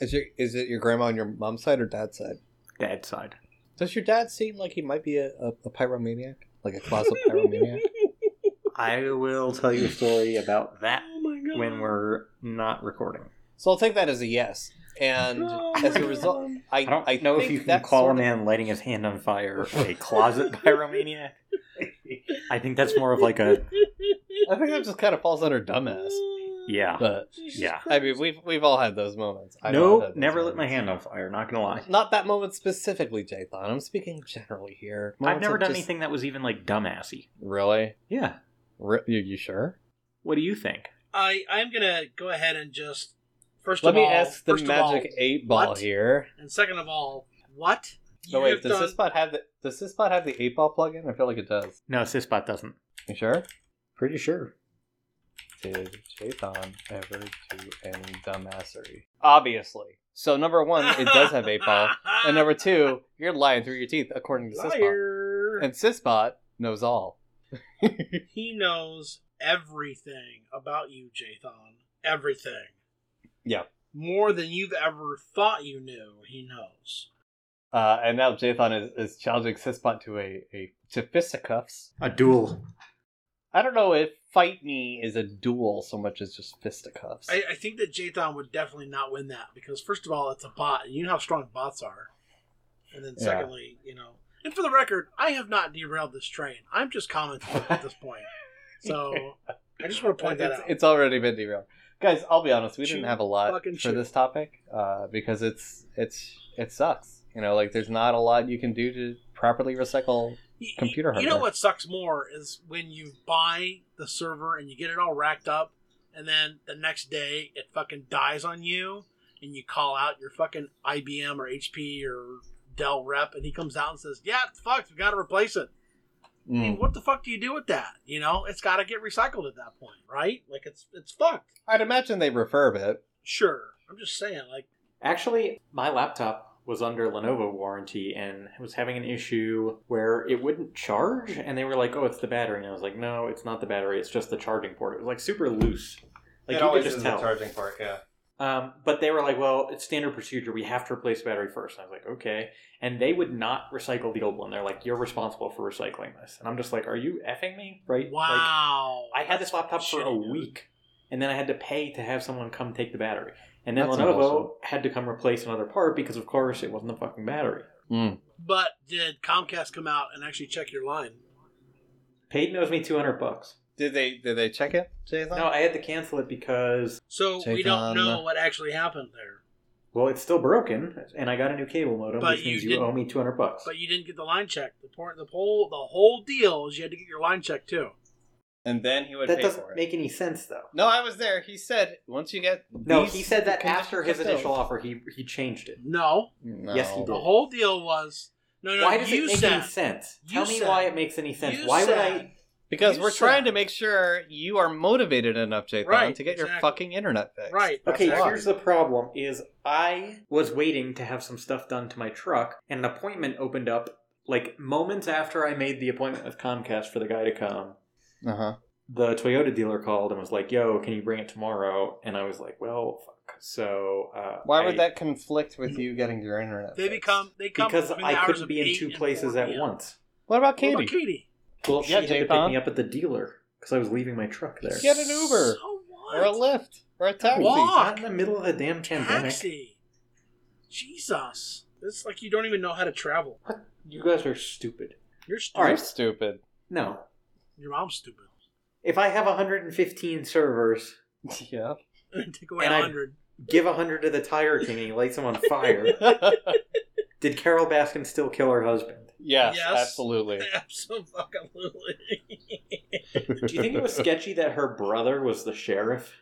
Speaker 1: Is your is it your grandma on your mom's side or dad's side?
Speaker 2: Dad's side.
Speaker 1: Does your dad seem like he might be a, a, a pyromaniac, like a closet pyromaniac?
Speaker 2: I will tell you a story about that
Speaker 3: Oh my god.
Speaker 2: when we're not recording.
Speaker 1: So I'll take that as a yes. And
Speaker 3: Oh
Speaker 1: as
Speaker 3: my
Speaker 1: a result,
Speaker 3: God.
Speaker 1: I,
Speaker 2: I don't know if
Speaker 1: think
Speaker 2: you can
Speaker 1: that
Speaker 2: call
Speaker 1: sort
Speaker 2: a
Speaker 1: of-
Speaker 2: man lighting his hand on fire a closet pyromaniac. I think that's more of like a
Speaker 1: I think that just kind of falls under dumbass.
Speaker 2: yeah.
Speaker 1: But
Speaker 3: Jesus
Speaker 2: Yeah.
Speaker 1: I mean, we've we've all had those moments. I've all
Speaker 2: no,
Speaker 1: had those
Speaker 2: never lit my
Speaker 1: moments.
Speaker 2: hand on fire. Not gonna lie.
Speaker 1: Not that moment specifically, Jathan. I'm speaking generally here.
Speaker 2: I've
Speaker 1: Moments
Speaker 2: never
Speaker 1: of
Speaker 2: done
Speaker 1: just-
Speaker 2: anything that was even like dumbassy.
Speaker 1: Really?
Speaker 2: Yeah.
Speaker 1: Re- you, you sure?
Speaker 2: What do you think?
Speaker 3: I, I'm going to go ahead and just, first
Speaker 1: Let
Speaker 3: of
Speaker 1: me
Speaker 3: all,
Speaker 1: ask the
Speaker 3: first of all,
Speaker 1: magic eight ball
Speaker 3: what?
Speaker 1: here.
Speaker 3: and second of all, what?
Speaker 1: No,
Speaker 3: You
Speaker 1: wait.
Speaker 3: have
Speaker 1: Does this bot have the Does this bot have the eight ball plug-in? I feel like it does.
Speaker 2: No, Sysbot doesn't.
Speaker 1: You sure?
Speaker 2: Pretty sure.
Speaker 1: Did Jathan ever do any dumbassery? Obviously. So number one, it does have eight ball. And number two, you're lying through your teeth, according to Sysbot.
Speaker 3: Liar.
Speaker 1: And Sysbot knows all.
Speaker 3: He knows everything about you, Jathan. Everything.
Speaker 1: Yeah.
Speaker 3: More than you've ever thought you knew, he knows.
Speaker 1: Uh, and now Jathan is, is challenging Sysbot to a, a to fisticuffs.
Speaker 2: A duel.
Speaker 1: I don't know if fight me is a duel so much as just fisticuffs.
Speaker 3: I, I think that Jathan would definitely not win that because, first of all, it's a bot, and you know how strong bots are. And then,
Speaker 1: Yeah.
Speaker 3: secondly, you know. And for the record, I have not derailed this train. I'm just commenting at this point. So I just want to point that
Speaker 1: it's,
Speaker 3: out.
Speaker 1: it's already been derailed, guys. I'll be honest, we didn't
Speaker 3: Chew
Speaker 1: have a lot
Speaker 3: fucking
Speaker 1: for
Speaker 3: chew.
Speaker 1: this topic uh, because it's it's it sucks. You know, like there's not a lot you can do to properly recycle.
Speaker 3: Y- y-
Speaker 1: computer
Speaker 3: You know
Speaker 1: hardware.
Speaker 3: what sucks more is when you buy the server and you get it all racked up, and then the next day it fucking dies on you, and you call out your fucking IBM or HP or Dell rep, and he comes out and says, "Yeah, it's fucked. We got to replace
Speaker 1: Mm.
Speaker 3: it."
Speaker 2: Mm.
Speaker 3: I
Speaker 1: Hmm.
Speaker 3: mean, what the fuck do you do with that? You know, it's got to get recycled at that point, right? Like it's it's fucked.
Speaker 1: I'd imagine they refurb it.
Speaker 3: Sure, I'm just saying, like,
Speaker 2: Actually, my laptop was under Lenovo warranty and was having an issue where it wouldn't charge, and they were like, "Oh, it's the battery," and I was like, "No, it's not the battery. It's just the charging port." It was like super loose. Like
Speaker 4: it
Speaker 2: you
Speaker 4: always
Speaker 2: could
Speaker 4: is
Speaker 2: just
Speaker 4: the
Speaker 2: tell.
Speaker 4: charging part, yeah.
Speaker 2: Um, but they were like, well, it's standard procedure. We have to replace battery first. And I was like, okay. And they would not recycle the old one. They're like, you're responsible for recycling this. And I'm just like, are you effing me? Right?
Speaker 3: wow.
Speaker 2: Like, I had this laptop for a
Speaker 3: Shitty, dude.
Speaker 2: week, and then I had to pay to have someone come take the battery. And then
Speaker 1: That's
Speaker 2: Lenovo
Speaker 1: awesome.
Speaker 2: had to come replace another part because, of course, it wasn't a fucking battery.
Speaker 1: Mm.
Speaker 3: But did Comcast come out and actually check your line?
Speaker 2: Paid owes me 200 bucks.
Speaker 1: Did they did they check it, Jason?
Speaker 2: No, I had to cancel it because,
Speaker 3: So
Speaker 1: Check
Speaker 3: we don't
Speaker 1: on
Speaker 3: know
Speaker 1: the-
Speaker 3: what actually happened there.
Speaker 2: and I got a new cable modem,
Speaker 3: But
Speaker 2: which
Speaker 3: you
Speaker 2: means you
Speaker 3: didn't-
Speaker 2: owe me 200 bucks.
Speaker 3: But you didn't get the line checked. The point, the whole, the whole deal is you had to get your line checked too.
Speaker 1: And then he would
Speaker 2: that
Speaker 1: pay
Speaker 2: doesn't
Speaker 1: for it.
Speaker 2: make any sense, though.
Speaker 1: No, I was there. He said once you get
Speaker 2: No,
Speaker 1: these
Speaker 2: he said that
Speaker 1: conditions
Speaker 2: after his
Speaker 1: fulfilled-
Speaker 2: initial offer, he he changed it.
Speaker 3: No,
Speaker 1: No.
Speaker 2: Yes, he
Speaker 3: the
Speaker 2: did.
Speaker 3: whole deal was no, no.
Speaker 2: why does
Speaker 3: you
Speaker 2: it make
Speaker 3: said,
Speaker 2: any sense?
Speaker 3: you
Speaker 2: Tell me
Speaker 3: said-
Speaker 2: why it makes any sense.
Speaker 3: you
Speaker 2: Why would
Speaker 3: said-
Speaker 2: I?
Speaker 1: Because
Speaker 3: You
Speaker 1: we're trying
Speaker 3: said-
Speaker 1: to make sure you are motivated enough, Jathan,
Speaker 3: Right,
Speaker 1: to get your
Speaker 3: exactly.
Speaker 1: fucking internet fixed.
Speaker 3: Right. that's
Speaker 2: Okay,
Speaker 3: exactly-
Speaker 2: here's the problem: is I was waiting to have some stuff done to my truck, and an appointment opened up like moments after I made the appointment with Comcast for the guy to come.
Speaker 1: Uh huh.
Speaker 2: The Toyota dealer called and was like, "Yo, can you bring it tomorrow?" And I was like, "Well, fuck." So uh,
Speaker 1: Why would
Speaker 2: I-
Speaker 1: that conflict with you getting your internet?
Speaker 3: They
Speaker 1: fixed?
Speaker 3: become they come
Speaker 2: Because
Speaker 3: between the
Speaker 2: I
Speaker 3: hours
Speaker 2: couldn't
Speaker 3: of
Speaker 2: be in
Speaker 3: eight
Speaker 2: two
Speaker 3: and
Speaker 2: places
Speaker 3: 4
Speaker 2: at
Speaker 3: p.m.
Speaker 2: once.
Speaker 1: What about
Speaker 3: What about
Speaker 1: Katie?
Speaker 3: Oh, Katie?
Speaker 2: Well, she
Speaker 1: Yeah,
Speaker 2: had to pick
Speaker 1: Jathan.
Speaker 2: me up at the dealer because I was leaving my truck there.
Speaker 1: Get an Uber
Speaker 3: So what?
Speaker 1: or a Lyft or a taxi.
Speaker 3: Walk.
Speaker 2: Not in the middle of the damn pandemic.
Speaker 3: Taxi. Jesus, it's like you don't even know how to travel.
Speaker 2: You guys are stupid.
Speaker 3: You're stupid.
Speaker 2: All
Speaker 1: You're
Speaker 2: right.
Speaker 1: stupid.
Speaker 2: No.
Speaker 3: Your mom's stupid.
Speaker 2: If I have 115 servers,
Speaker 1: Yeah.
Speaker 3: Take away
Speaker 2: And I-
Speaker 3: hundred.
Speaker 2: give 100 to the Tiger King and he lights him on fire, did Carol Baskin still kill her husband?
Speaker 1: yes,
Speaker 3: Yes.
Speaker 1: absolutely.
Speaker 3: Absolutely.
Speaker 2: Do you think it was sketchy that her brother was the sheriff?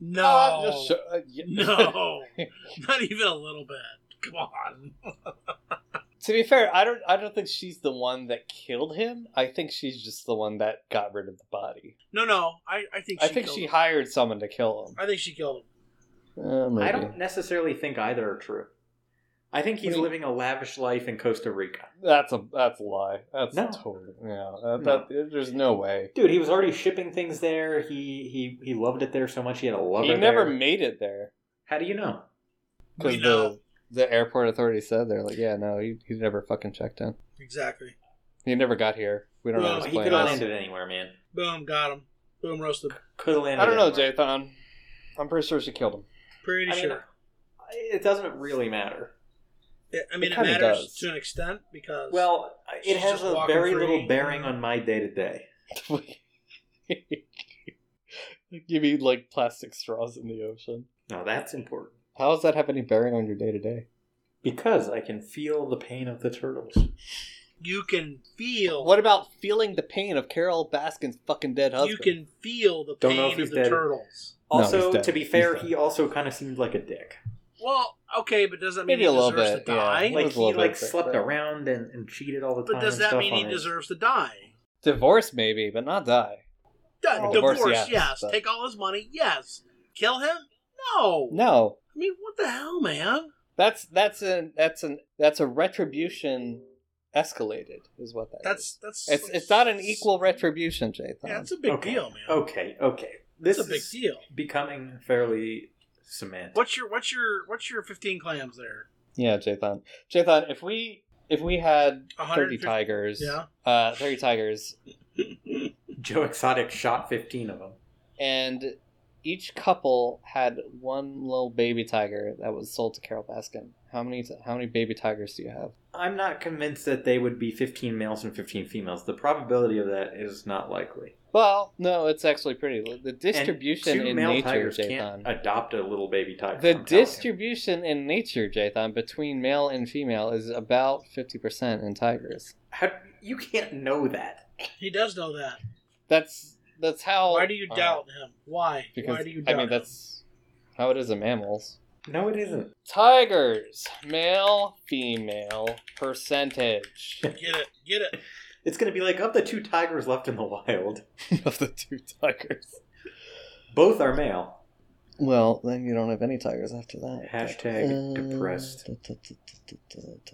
Speaker 3: No.
Speaker 1: Uh, just sh- uh, yeah.
Speaker 3: No, not even a little bit. Come on.
Speaker 1: to be fair, I don't. I don't think she's the one that killed him. I think she's just the one that got rid of the body.
Speaker 3: No, no. I, I think she.
Speaker 1: I think
Speaker 3: killed
Speaker 1: she
Speaker 3: Him.
Speaker 1: hired someone to kill
Speaker 3: I think she killed him.
Speaker 1: him. Uh, maybe.
Speaker 2: I don't necessarily think either are true. I think he's
Speaker 1: Wait.
Speaker 2: living a lavish life in Costa Rica.
Speaker 1: That's a that's a lie. That's
Speaker 2: No.
Speaker 1: totally yeah. uh, That, that- there's no way.
Speaker 2: Dude, he was already shipping things there. He he he loved it there so much he had a lover
Speaker 1: he never
Speaker 2: there.
Speaker 1: made it there
Speaker 2: How do you know?
Speaker 1: because
Speaker 3: We know.
Speaker 1: the the airport authority said they're like, yeah, no, he, he never fucking checked in.
Speaker 3: Exactly.
Speaker 1: He never got here. We don't
Speaker 3: Well,
Speaker 1: know. His
Speaker 2: he
Speaker 1: plans.
Speaker 2: could have landed anywhere, man.
Speaker 3: Boom. Got him. Boom. Roasted.
Speaker 2: Could have landed.
Speaker 1: I don't know,
Speaker 2: anywhere.
Speaker 1: Jathan. I'm pretty sure she killed him.
Speaker 3: Pretty
Speaker 2: I mean,
Speaker 3: sure.
Speaker 2: it doesn't really matter.
Speaker 3: It- I mean,
Speaker 1: It
Speaker 3: it,
Speaker 1: kinda
Speaker 3: matters
Speaker 1: does.
Speaker 3: to an extent because
Speaker 2: Well,
Speaker 3: She's
Speaker 2: it has
Speaker 3: just
Speaker 2: a
Speaker 3: walking
Speaker 2: very
Speaker 3: free.
Speaker 2: little bearing on my day to day.
Speaker 1: you mean like plastic straws in the ocean?
Speaker 2: No, that's important
Speaker 1: How does that have any bearing on your day to day?
Speaker 2: because I can feel the pain of the turtles.
Speaker 3: you can feel
Speaker 1: What about feeling the pain of Carol Baskin's fucking dead
Speaker 3: you
Speaker 1: husband?
Speaker 3: can feel the
Speaker 2: Don't know if
Speaker 3: pain of
Speaker 2: he's
Speaker 3: the
Speaker 2: dead.
Speaker 3: turtles.
Speaker 1: No, he's
Speaker 2: Also,
Speaker 1: dead.
Speaker 2: to be
Speaker 1: He's
Speaker 2: fair,
Speaker 1: dead.
Speaker 2: he also kind of seemed like a dick.
Speaker 3: Well, okay, but does that mean
Speaker 1: Maybe
Speaker 3: he
Speaker 1: a little
Speaker 3: deserves
Speaker 1: bit,
Speaker 3: to
Speaker 1: yeah.
Speaker 3: die?
Speaker 1: He
Speaker 2: Like
Speaker 1: was a
Speaker 2: he
Speaker 1: little
Speaker 2: like
Speaker 1: bit sick,
Speaker 2: slept
Speaker 1: but-
Speaker 2: around and, and cheated all the time.
Speaker 3: but does
Speaker 2: and
Speaker 3: that
Speaker 2: stuff
Speaker 3: mean
Speaker 2: on
Speaker 3: he
Speaker 2: it.
Speaker 3: deserves to die?
Speaker 1: Divorce maybe, but not die.
Speaker 3: Di-
Speaker 1: Well,
Speaker 3: divorce,
Speaker 1: divorce,
Speaker 3: yes.
Speaker 1: yes, but-
Speaker 3: Take all his money, yes. Kill him? No.
Speaker 1: No,
Speaker 3: I mean, what the hell, man?
Speaker 1: That's that's an that's an that's a retribution escalated is what that is.
Speaker 3: That's that's
Speaker 1: It's it's not an equal retribution, Jathan.
Speaker 3: Yeah, it's a big
Speaker 2: okay.
Speaker 3: deal, man.
Speaker 2: Okay, okay. This
Speaker 3: It's a big
Speaker 2: is
Speaker 3: deal.
Speaker 2: becoming fairly semantic.
Speaker 3: What's your what's your what's your fifteen clams there?
Speaker 1: yeah, Jathan. Jathan, if we if we had thirty
Speaker 3: 150
Speaker 1: tigers,
Speaker 3: Yeah.
Speaker 1: uh, thirty tigers,
Speaker 2: Joe Exotic shot fifteen of them.
Speaker 1: and each couple had one little baby tiger that was sold to Carol Baskin. How many how many baby tigers do you have?
Speaker 2: I'm not convinced that they would be 15 males and 15 females. The probability of that is not likely.
Speaker 1: Well, no, it's actually pretty. The
Speaker 2: And
Speaker 1: distribution
Speaker 2: two
Speaker 1: in
Speaker 2: male
Speaker 1: nature,
Speaker 2: tigers
Speaker 1: Jathan.
Speaker 2: can't adopt a little baby tiger.
Speaker 1: The
Speaker 2: I'm telling you.
Speaker 1: distribution in nature, Jathan, between male and female is about 50% in tigers.
Speaker 2: How, you can't know that.
Speaker 3: He does know that.
Speaker 1: That's that's how
Speaker 3: Why do you
Speaker 1: uh,
Speaker 3: doubt him? Why?
Speaker 1: because
Speaker 3: Why do you doubt
Speaker 1: I mean
Speaker 3: him?
Speaker 1: that's how it is in mammals.
Speaker 2: No, it isn't.
Speaker 1: Tigers, male, female, percentage
Speaker 3: Get it, get it.
Speaker 2: It's going to be like of the two tigers left in the wild,
Speaker 1: of the two tigers.
Speaker 2: both are male.
Speaker 1: Well, then you don't have any tigers after that. Uh,
Speaker 2: Hashtag depressed.
Speaker 1: da, da, da, da, da, da, da.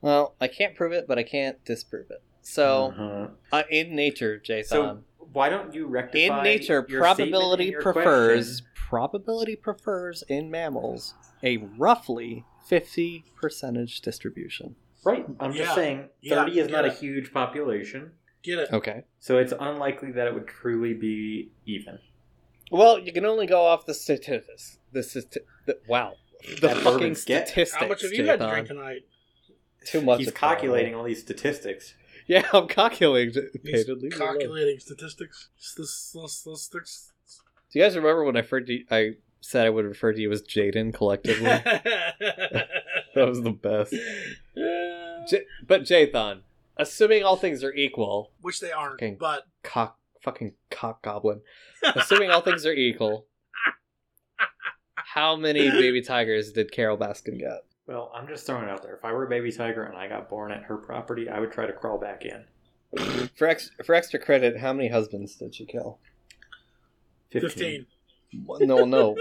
Speaker 1: Well, I can't prove it, but I can't disprove it. So,
Speaker 2: Uh-huh.
Speaker 1: uh, in nature, Jason.
Speaker 2: So why don't you rectify
Speaker 1: in nature,
Speaker 2: your statement
Speaker 1: probability
Speaker 2: and your
Speaker 1: prefers
Speaker 2: question?
Speaker 1: probability prefers in mammals a roughly 50 percentage distribution.
Speaker 2: Right. I'm
Speaker 3: Yeah.
Speaker 2: just saying
Speaker 3: Yeah,
Speaker 2: 30 is not
Speaker 3: yeah.
Speaker 2: a huge population,
Speaker 3: Get it.
Speaker 1: Okay.
Speaker 2: so it's unlikely that it would truly be even.
Speaker 1: Well, you can only go off the statistics. The, stati- the wow. The
Speaker 2: That
Speaker 1: fucking
Speaker 2: bourbon's get-
Speaker 1: statistics.
Speaker 3: How much have you had to
Speaker 1: Jathan.
Speaker 3: drink tonight?
Speaker 1: Too much
Speaker 2: He's
Speaker 1: of probably.
Speaker 2: calculating all these statistics.
Speaker 1: Yeah, I'm calculating.
Speaker 3: He's
Speaker 1: Patently low.
Speaker 3: calculating statistics. Stis- Statistics.
Speaker 1: Do you guys remember when I referred to you, I said I would refer to you as Jaden collectively? that was the best. J- but Jathan, assuming all things are equal,
Speaker 3: Which they aren't,
Speaker 1: Fucking-
Speaker 3: but
Speaker 1: cock fucking cock goblin. Assuming all things are equal, how many baby tigers did Carol Baskin get?
Speaker 2: Well, I'm just throwing it out there. If I were a baby tiger and I got born at her property, I would try to crawl back in.
Speaker 1: For ex- for extra credit, how many husbands did she kill?
Speaker 3: 15.
Speaker 1: Well, No, no,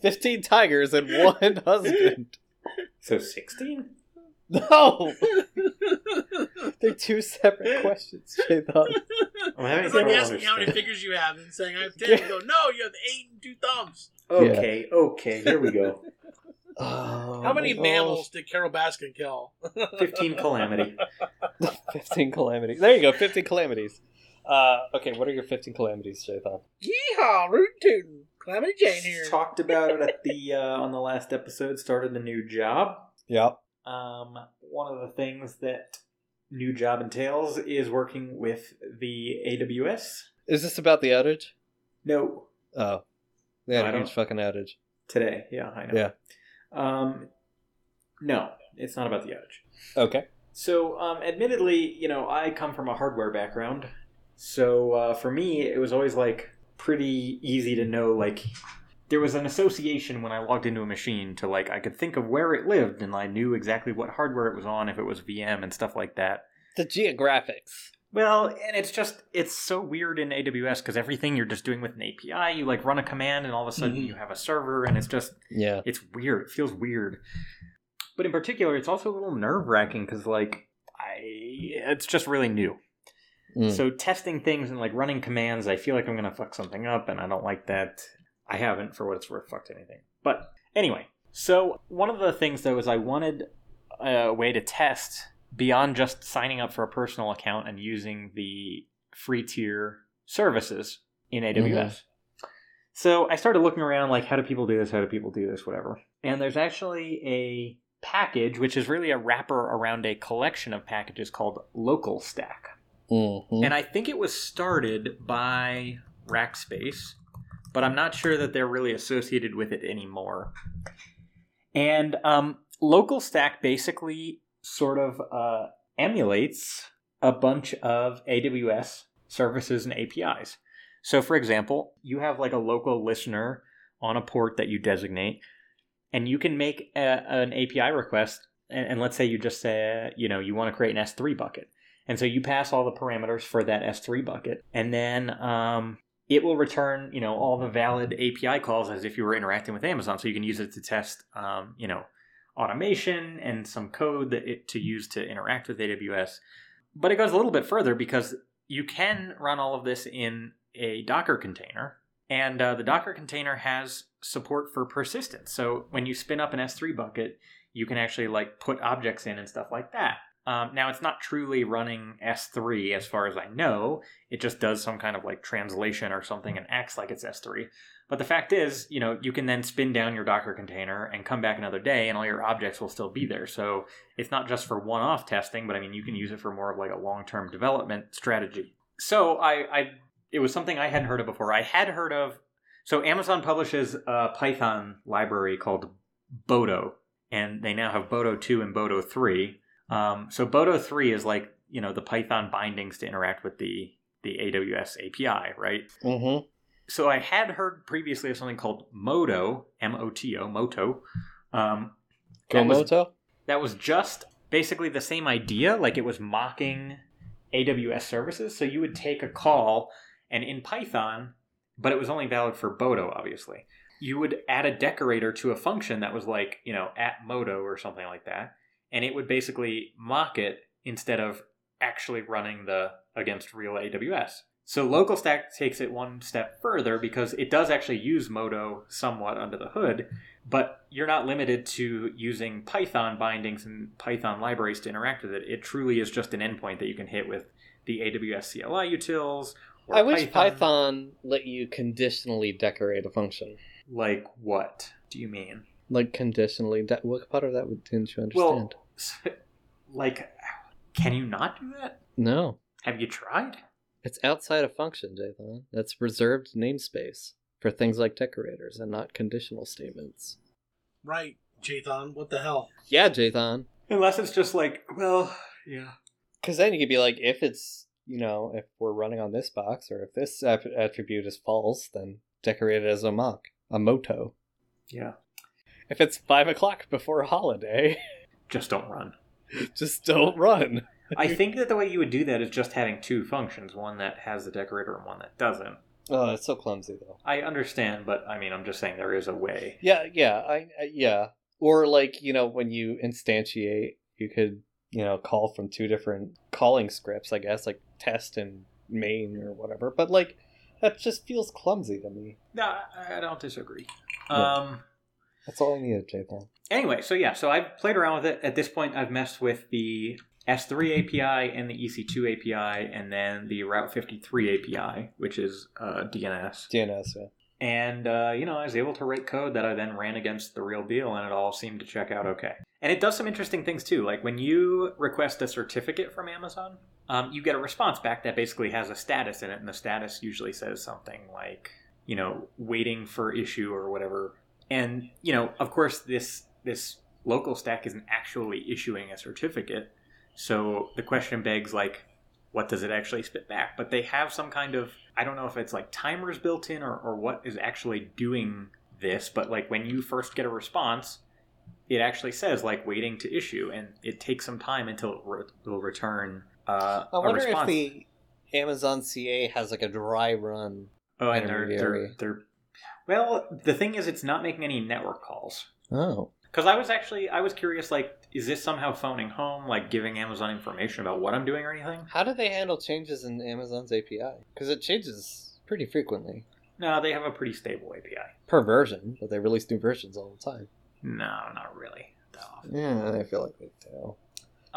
Speaker 1: fifteen tigers and one husband.
Speaker 2: so 16?
Speaker 1: No, they're two separate questions. Jathan.
Speaker 2: I'm having
Speaker 3: It's like
Speaker 2: trouble
Speaker 3: asking how many
Speaker 2: understanding.
Speaker 3: fingers you have and saying, I have 10. You go, no, you have 8 and 2 thumbs.
Speaker 2: Okay, okay, here we go.
Speaker 1: Oh,
Speaker 3: how many
Speaker 1: my gosh.
Speaker 3: mammals did Carol Baskin kill?
Speaker 2: 15 calamity.
Speaker 1: 15 calamities. There you go, 15 calamities. Uh, okay, what are your 15 calamities, Jathan?
Speaker 3: Yeehaw, root tootin'. Calamity Jane here.
Speaker 2: Talked about it at the uh, on the last episode. Started a new job.
Speaker 1: Yep.
Speaker 2: Um, one of the things that new job entails is working with the AWS.
Speaker 1: Is this about the outage?
Speaker 2: No,
Speaker 1: Oh. They had
Speaker 2: I
Speaker 1: a
Speaker 2: don't-
Speaker 1: huge fucking outage.
Speaker 2: today. Yeah, I know.
Speaker 1: Yeah.
Speaker 2: Um, no, it's not about the outage.
Speaker 1: Okay.
Speaker 2: So, um, admittedly, you know, I come from a hardware background, so uh, for me, it was always like pretty easy to know. Like, there was an association when I logged into a machine to like I could think of where it lived, and I knew exactly what hardware it was on, if it was VM and stuff like that.
Speaker 1: The geographics.
Speaker 2: Well, and it's just it's so weird in AWS because everything you're just doing with an API, you like run a command, and all of a sudden
Speaker 1: Mhm.
Speaker 2: you have a server, and it's just
Speaker 1: Yeah.
Speaker 2: it's weird. It feels weird. But in particular, it's also a little nerve wracking because like I, it's just really new.
Speaker 1: Mm.
Speaker 2: So testing things and like running commands, I feel like I'm gonna fuck something up, and I don't like that. I haven't, for what it's worth, fucked anything. But anyway, so one of the things though is I wanted a way to test beyond just signing up for a personal account and using the free tier services in AWS. So I started looking around, like, how do people do this? How do people do this? Whatever. And there's actually a package, which is really a wrapper around a collection of packages called Local Stack.
Speaker 1: Mhm.
Speaker 2: And I think it was started by Rackspace, but I'm not sure that they're really associated with it anymore. And um, local stack basically sort of uh, emulates a bunch of AWS services and APIs. So, for example, you have like a local listener on a port that you designate, and you can make a, an API request. And, and let's say you just say, you know, you want to create an S3 bucket. And so you pass all the parameters for that S3 bucket, and then um, it will return, you know, all the valid API calls as if you were interacting with Amazon. So you can use it to test, um, you know, automation and some code that it to use to interact with AWS. But it goes a little bit further because you can run all of this in a Docker container, and uh, the Docker container has support for persistence. So when you spin up an S3 bucket, you can actually like put objects in and stuff like that. Um, now it's not truly running S3 as far as I know. It just does some kind of like translation or something and acts like it's S3. But the fact is, you know, you can then spin down your Docker container and come back another day and all your objects will still be there. So it's not just for one off testing, but I mean, you can use it for more of like a long term development strategy. So I, I, it was something I hadn't heard of before. I had heard of, so Amazon publishes a Python library called Bodo, and they now have Bodo 2 and Bodo 3. Um, so Bodo 3 is like, you know, the Python bindings to interact with the the AWS API, right?
Speaker 1: Mhm.
Speaker 2: So I had heard previously of something called Moto, M O T O, Moto. Um, that was-
Speaker 1: Gomoto?
Speaker 2: that was just basically the same idea like it was mocking aws services so you would take a call and in python but it was only valid for bodo obviously you would add a decorator to a function that was like you know at modo or something like that and it would basically mock it instead of actually running the against real aws so local stack takes it one step further because it does actually use modo somewhat under the hood but you're not limited to using Python bindings and Python libraries to interact with it. It truly is just an endpoint that you can hit with the AWS CLI utils.
Speaker 1: I wish Python let you conditionally decorate a function.
Speaker 2: Like what do you mean?
Speaker 1: Like conditionally, de- what part of that would- didn't you understand?
Speaker 2: Well, like, can you not do that?
Speaker 1: no,
Speaker 2: Have you tried?
Speaker 1: it's outside a function, Jathan. That's reserved namespace for things like decorators and not conditional statements.
Speaker 3: Right, Jathan, what the hell?
Speaker 1: Yeah, Jathan.
Speaker 2: Unless it's just like, well, yeah.
Speaker 1: Because then you could be like, if it's you know, if we're running on this box or if this app- attribute is false, then decorate it as a mock, a moto.
Speaker 2: Yeah.
Speaker 1: If it's five o'clock before a holiday,
Speaker 2: Just don't run.
Speaker 1: just don't run.
Speaker 2: I think that the way you would do that is just having two functions, one that has the decorator and one that doesn't.
Speaker 1: Oh, that's so clumsy though.
Speaker 2: I understand, but I mean, I'm just saying there is a way.
Speaker 1: Yeah, yeah, I, I yeah. Or like you know when you instantiate, you could you know call from two different calling scripts, I guess, like test and main or whatever. But like that just feels clumsy to me.
Speaker 2: No, I- I don't disagree.
Speaker 1: Yeah.
Speaker 2: Um,
Speaker 1: That's all I needed, Jathan.
Speaker 2: anyway, so yeah, so I've played around with it. At this point, I've messed with the S3 API and the E EC2 API, and then the Route 53 API, which is uh, DNS.
Speaker 1: DNS, yeah.
Speaker 2: And uh, you know, I was able to write code that I then ran against the real deal, and it all seemed to check out okay. And it does some interesting things too. Like when you request a certificate from Amazon, um, you get a response back that basically has a status in it, and the status usually says something like, you know, waiting for issue or whatever. And you know, of course, this this local stack isn't actually issuing a certificate, so the question begs like, what does it actually spit back? But they have some kind of I don't know if it's like timers built in or, or what is actually doing this, but like when you first get a response, it actually says like waiting to issue, and it takes some time until it re- will return uh,
Speaker 1: I wonder
Speaker 2: a response.
Speaker 1: if the Amazon CA has like a dry run.
Speaker 2: oh, and they're, they're
Speaker 1: intermediary-
Speaker 2: they're well, the thing is, it's not making any network calls.
Speaker 1: Oh,
Speaker 2: Because I was actually I was curious, like, is this somehow phoning home, like giving Amazon information about what I'm doing or anything?
Speaker 1: how do they handle changes in Amazon's API? Because it changes pretty frequently.
Speaker 2: No, they have a pretty stable API.
Speaker 1: Per version, but they release new versions all the time.
Speaker 2: No, not really. That often.
Speaker 1: Yeah, I feel like they do.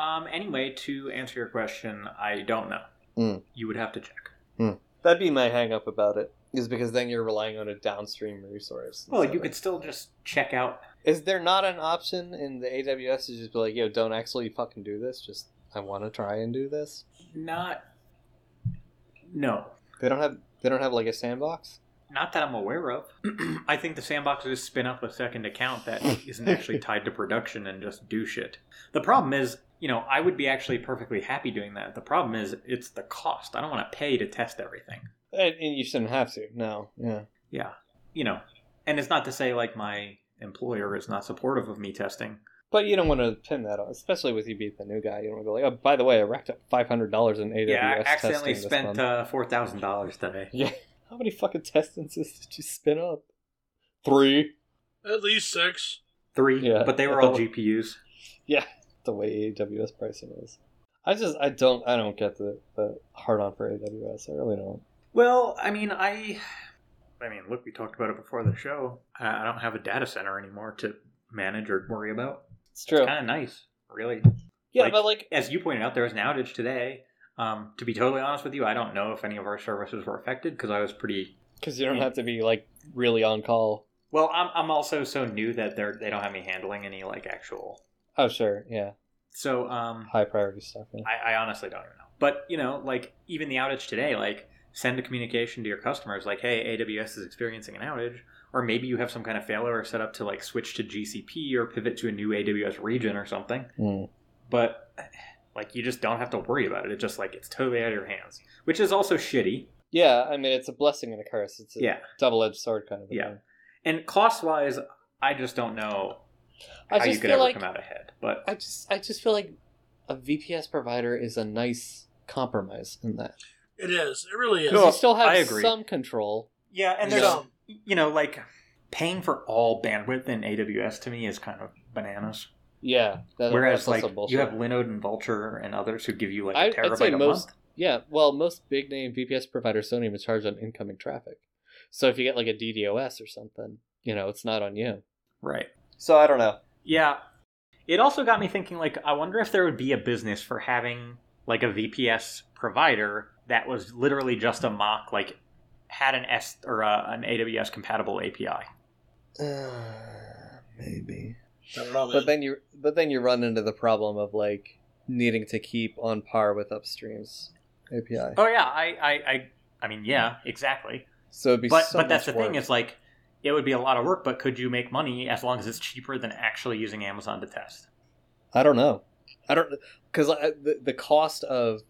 Speaker 2: Um. Anyway, to answer your question, I don't know.
Speaker 1: Mm.
Speaker 2: You would have to check.
Speaker 1: That'd be my hang up about it. Is because then you're relying on a downstream resource.
Speaker 2: Well,
Speaker 1: instead
Speaker 2: you
Speaker 1: of-
Speaker 2: could still just check out.
Speaker 1: Is there not an option in the AWS to just be like, yo, don't actually fucking do this? Just, I want to try and do this.
Speaker 2: Not. No,
Speaker 1: They don't have, they don't have like a sandbox.
Speaker 2: not that I'm aware of. I think the sandbox just spin up a second account that isn't actually tied to production and just do shit. The problem is, you know, I would be actually perfectly happy doing that. The problem is, it's the cost. I don't want to pay to test everything.
Speaker 1: And, Eh, and you shouldn't have to. No. Yeah.
Speaker 2: You know, and it's not to say like my employer is not supportive of me testing.
Speaker 1: But you don't want to pin that on, especially with you being the new guy. You don't want to go like, oh, by the way, I racked up five hundred dollars in AWS
Speaker 2: yeah, I
Speaker 1: testing
Speaker 2: accidentally
Speaker 1: this
Speaker 2: spent
Speaker 1: month."
Speaker 2: uh, four thousand dollars today.
Speaker 1: yeah. How many fucking test instances did you spin up? Three.
Speaker 3: At least six.
Speaker 2: Three,
Speaker 1: Yeah.
Speaker 2: but they were all GPUs.
Speaker 1: the way AWS pricing is. I just I don't I don't get the, the hard on for AWS. I really don't.
Speaker 2: Well, I mean, I, I mean, look, we talked about it before the show. I I don't have a data center anymore to manage or worry about.
Speaker 1: It's true.
Speaker 2: Kind of nice, really.
Speaker 1: yeah,
Speaker 2: like-
Speaker 1: but like
Speaker 2: As you pointed out, there was an outage today. Um, to be totally honest with you, I don't know if any of our services were affected because I was pretty.
Speaker 1: because you don't have to be like really on call.
Speaker 2: Well, I'm, I'm also so new that they're they don't have me handling any like actual.
Speaker 1: Oh sure, yeah,
Speaker 2: So um,
Speaker 1: high priority stuff. Yeah.
Speaker 2: I, I honestly don't even know. But you know, like even the outage today, like send a communication to your customers, like, hey, AWS is experiencing an outage, or maybe you have some kind of failover set up to like switch to GCP or pivot to a new AWS region or something.
Speaker 1: Mm.
Speaker 2: But like you just don't have to worry about it. It's just like it's totally out of your hands, which is also shitty.
Speaker 1: Yeah, I mean, it's a blessing and a curse. It's a
Speaker 2: Yeah.
Speaker 1: double edged sword kind of a
Speaker 2: Yeah.
Speaker 1: thing.
Speaker 2: And cost wise, I just don't know
Speaker 1: I
Speaker 2: how
Speaker 1: just
Speaker 2: you could
Speaker 1: feel
Speaker 2: ever
Speaker 1: like
Speaker 2: come out ahead. But
Speaker 1: I just I just feel like a VPS provider is a nice compromise in that.
Speaker 3: It is. It really is.
Speaker 1: 'Cause
Speaker 2: No,
Speaker 1: you still have
Speaker 2: I agree.
Speaker 1: some control.
Speaker 2: yeah, and
Speaker 1: there's-
Speaker 2: there's
Speaker 1: Yeah.
Speaker 3: Some.
Speaker 2: you know like paying for all bandwidth in AWS to me is kind of bananas.
Speaker 1: Yeah. that-
Speaker 2: Whereas
Speaker 1: that's also
Speaker 2: like
Speaker 1: bullshit.
Speaker 2: you have Linode and Vulture and others who give you like
Speaker 1: I-
Speaker 2: a
Speaker 1: I'd say
Speaker 2: terabyte a
Speaker 1: most-
Speaker 2: month.
Speaker 1: Yeah, well, most big name VPS providers don't even charge on incoming traffic. So if you get like a DDoS or something, you know, it's not on you.
Speaker 2: Right.
Speaker 1: So I don't know.
Speaker 2: Yeah. It also got me thinking like I wonder if there would be a business for having like a VPS provider that was literally just a mock like had an S or uh an AWS compatible API.
Speaker 1: Uh, maybe.
Speaker 3: I don't know, man.
Speaker 1: But then you but then you run into the problem of like needing to keep on par with upstream's API.
Speaker 2: Oh yeah, I I I, I mean yeah, exactly.
Speaker 1: So it'd be
Speaker 2: But
Speaker 1: so
Speaker 2: but that's the
Speaker 1: much
Speaker 2: thing
Speaker 1: work.
Speaker 2: is like it would be a lot of work, but could you make money as long as it's cheaper than actually using Amazon to test?
Speaker 1: I don't know. I don't because the the cost of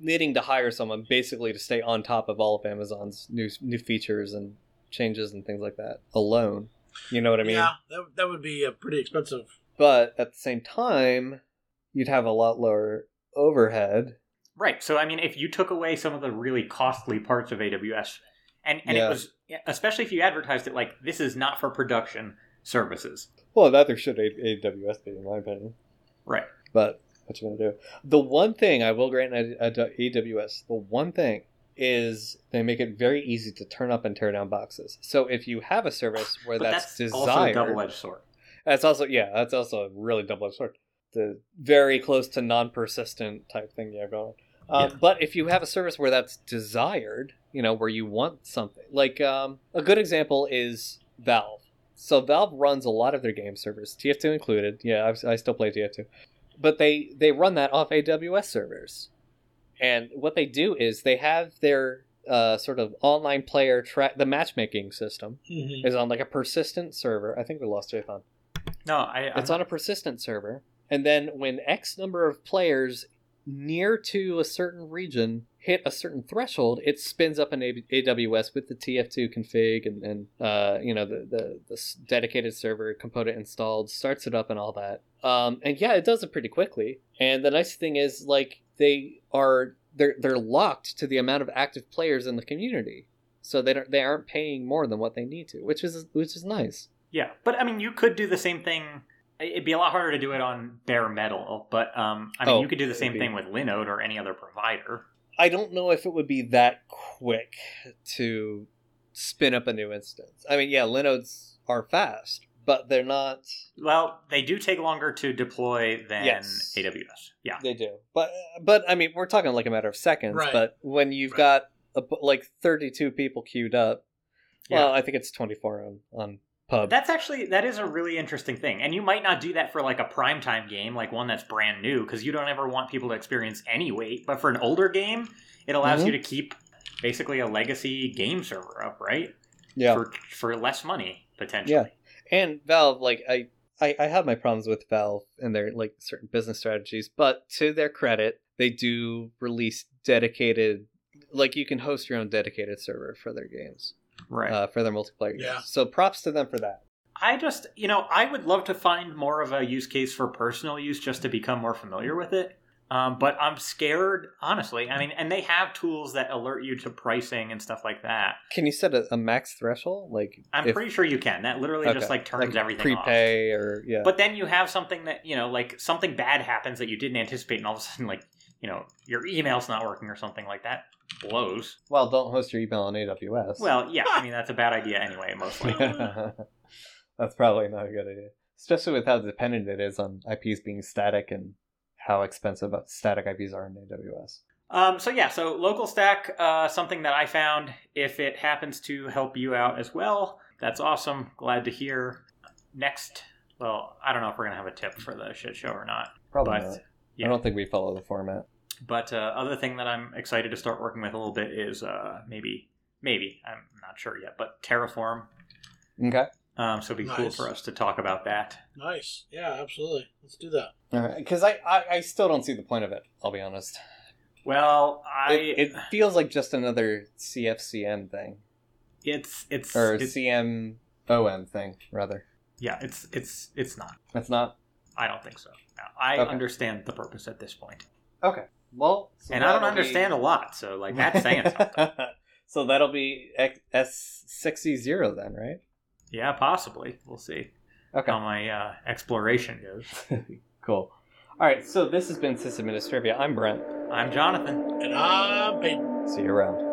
Speaker 1: needing to hire someone basically to stay on top of all of Amazon's new new features and changes and things like that alone. You know what I mean?
Speaker 3: yeah, that, that would be a pretty expensive.
Speaker 1: But at the same time, you'd have a lot lower overhead.
Speaker 2: Right. So I mean, if you took away some of the really costly parts of AWS, and and
Speaker 1: Yeah.
Speaker 2: it was especially if you advertised it like this is not for production services.
Speaker 1: Well, that there should A- AWS be, in my opinion.
Speaker 2: Right.
Speaker 1: But what you gonna do? The one thing I will grant at, at AWS, the one thing is they make it very easy to turn up and tear down boxes. So if you have a service where
Speaker 2: But
Speaker 1: that's,
Speaker 2: that's, also a
Speaker 1: desired,
Speaker 2: double-edged sword.
Speaker 1: that's also yeah, that's also a really double-edged sword. The very close to non-persistent type thing you have going. on. Um,
Speaker 2: Yeah.
Speaker 1: But if you have a service where that's desired, you know, where you want something, like um, a good example is Valve. So Valve runs a lot of their game servers, TF2 included. Yeah, I've, I still play TF2, but they they run that off AWS servers. And what they do is they have their uh, sort of online player track the matchmaking system
Speaker 3: Mm-hmm.
Speaker 1: is on like a persistent server. I think we lost Jathan
Speaker 2: No, I. I'm
Speaker 1: it's on a persistent server and then when x number of players near to a certain region hit a certain threshold it spins up an A- aws with the tf2 config and, and uh, you know the, the, the s- dedicated server component installed starts it up and all that um, and yeah it does it pretty quickly and the nice thing is like they are they're, they're locked to the amount of active players in the community so they don't they aren't paying more than what they need to which is which is nice
Speaker 2: Yeah, but I mean, you could do the same thing. It'd be a lot harder to do it on bare metal, but um, I mean,
Speaker 1: Oh,
Speaker 2: you could do the same
Speaker 1: maybe.
Speaker 2: thing with Linode or any other provider.
Speaker 1: I don't know if it would be that quick to spin up a new instance. I mean, yeah, Linodes are fast, but they're not.
Speaker 2: Well, they do take longer to deploy than
Speaker 1: Yes.
Speaker 2: AWS. Yeah,
Speaker 1: They do, but but I mean, we're talking like a matter of seconds.
Speaker 3: Right.
Speaker 1: But when you've
Speaker 3: Right.
Speaker 1: got a, bu- like thirty-two people queued up,
Speaker 2: yeah.
Speaker 1: well, I think it's twenty-four on on pub.
Speaker 2: That's actually that is a really interesting thing, and you might not do that for like a primetime game, like one that's brand new, because you don't ever want people to experience any wait. But for an older game, it allows
Speaker 1: Mhm.
Speaker 2: you to keep basically a legacy game server up, right?
Speaker 1: yeah,
Speaker 2: For for less money potentially.
Speaker 1: Yeah. and Valve, like I, I, I have my problems with Valve and their like certain business strategies, but to their credit, they do release dedicated, like you can host your own dedicated server for their games,
Speaker 2: Right.
Speaker 1: uh, for their multiplayer games.
Speaker 3: Yeah.
Speaker 1: So props to them for that.
Speaker 2: I just you know I would love to find more of a use case for personal use just to become more familiar with it. Um, but I'm scared, honestly.
Speaker 1: Mm.
Speaker 2: I mean, and they have tools that alert you to pricing and stuff like that.
Speaker 1: Can you set a, a max threshold? Like
Speaker 2: I'm
Speaker 1: if-
Speaker 2: pretty sure you can. That literally
Speaker 1: okay,
Speaker 2: just like turns everything off.
Speaker 1: prepay or yeah.
Speaker 2: But then you have something that you know, like something bad happens that you didn't anticipate, and all of a sudden, like you know, your email's not working or something like that blows.
Speaker 1: well, don't host your email on AWS.
Speaker 2: Well, yeah, I mean that's a bad idea anyway, most likely.
Speaker 1: that's probably not a good idea, especially with how dependent it is on IPs being static and how expensive uh, static IPs are in AWS.
Speaker 2: Um, so yeah, so local stack, uh, something that I found. If it happens to help you out as well, that's awesome. Glad to hear. Next, well, I don't know if we're gonna have a tip for the shit show or not,
Speaker 1: Probably
Speaker 2: but
Speaker 1: not.
Speaker 2: yeah.
Speaker 1: I don't think we follow the format.
Speaker 2: But uh, other thing that I'm excited to start working with a little bit is uh, maybe, maybe I'm not sure yet, but Terraform.
Speaker 1: Okay.
Speaker 2: Um, so it'd be cool
Speaker 3: Nice.
Speaker 2: for us to talk about that.
Speaker 3: Nice. Yeah, absolutely. Let's do that.
Speaker 1: All right. Because I, I, I still don't see the point of it. I'll be honest.
Speaker 2: Well, I
Speaker 1: It, it feels like just another CFCM thing
Speaker 2: it's it's
Speaker 1: or
Speaker 2: it's-
Speaker 1: CMOM thing rather.
Speaker 2: yeah it's it's it's not.
Speaker 1: That's not
Speaker 2: I don't think so. I
Speaker 1: Okay.
Speaker 2: understand the purpose at this point,
Speaker 1: okay. Well, so
Speaker 2: and I don't
Speaker 1: that'll be-
Speaker 2: understand a lot. So like that's saying something.
Speaker 1: so that'll be S sixty zero then, right?
Speaker 2: Yeah, possibly. We'll see
Speaker 1: Okay.
Speaker 2: how my uh, exploration goes.
Speaker 1: cool. All right. So this has been System Administrivia. I'm Brent.
Speaker 2: I'm Jonathan.
Speaker 3: And I'm Peyton.
Speaker 1: See you around.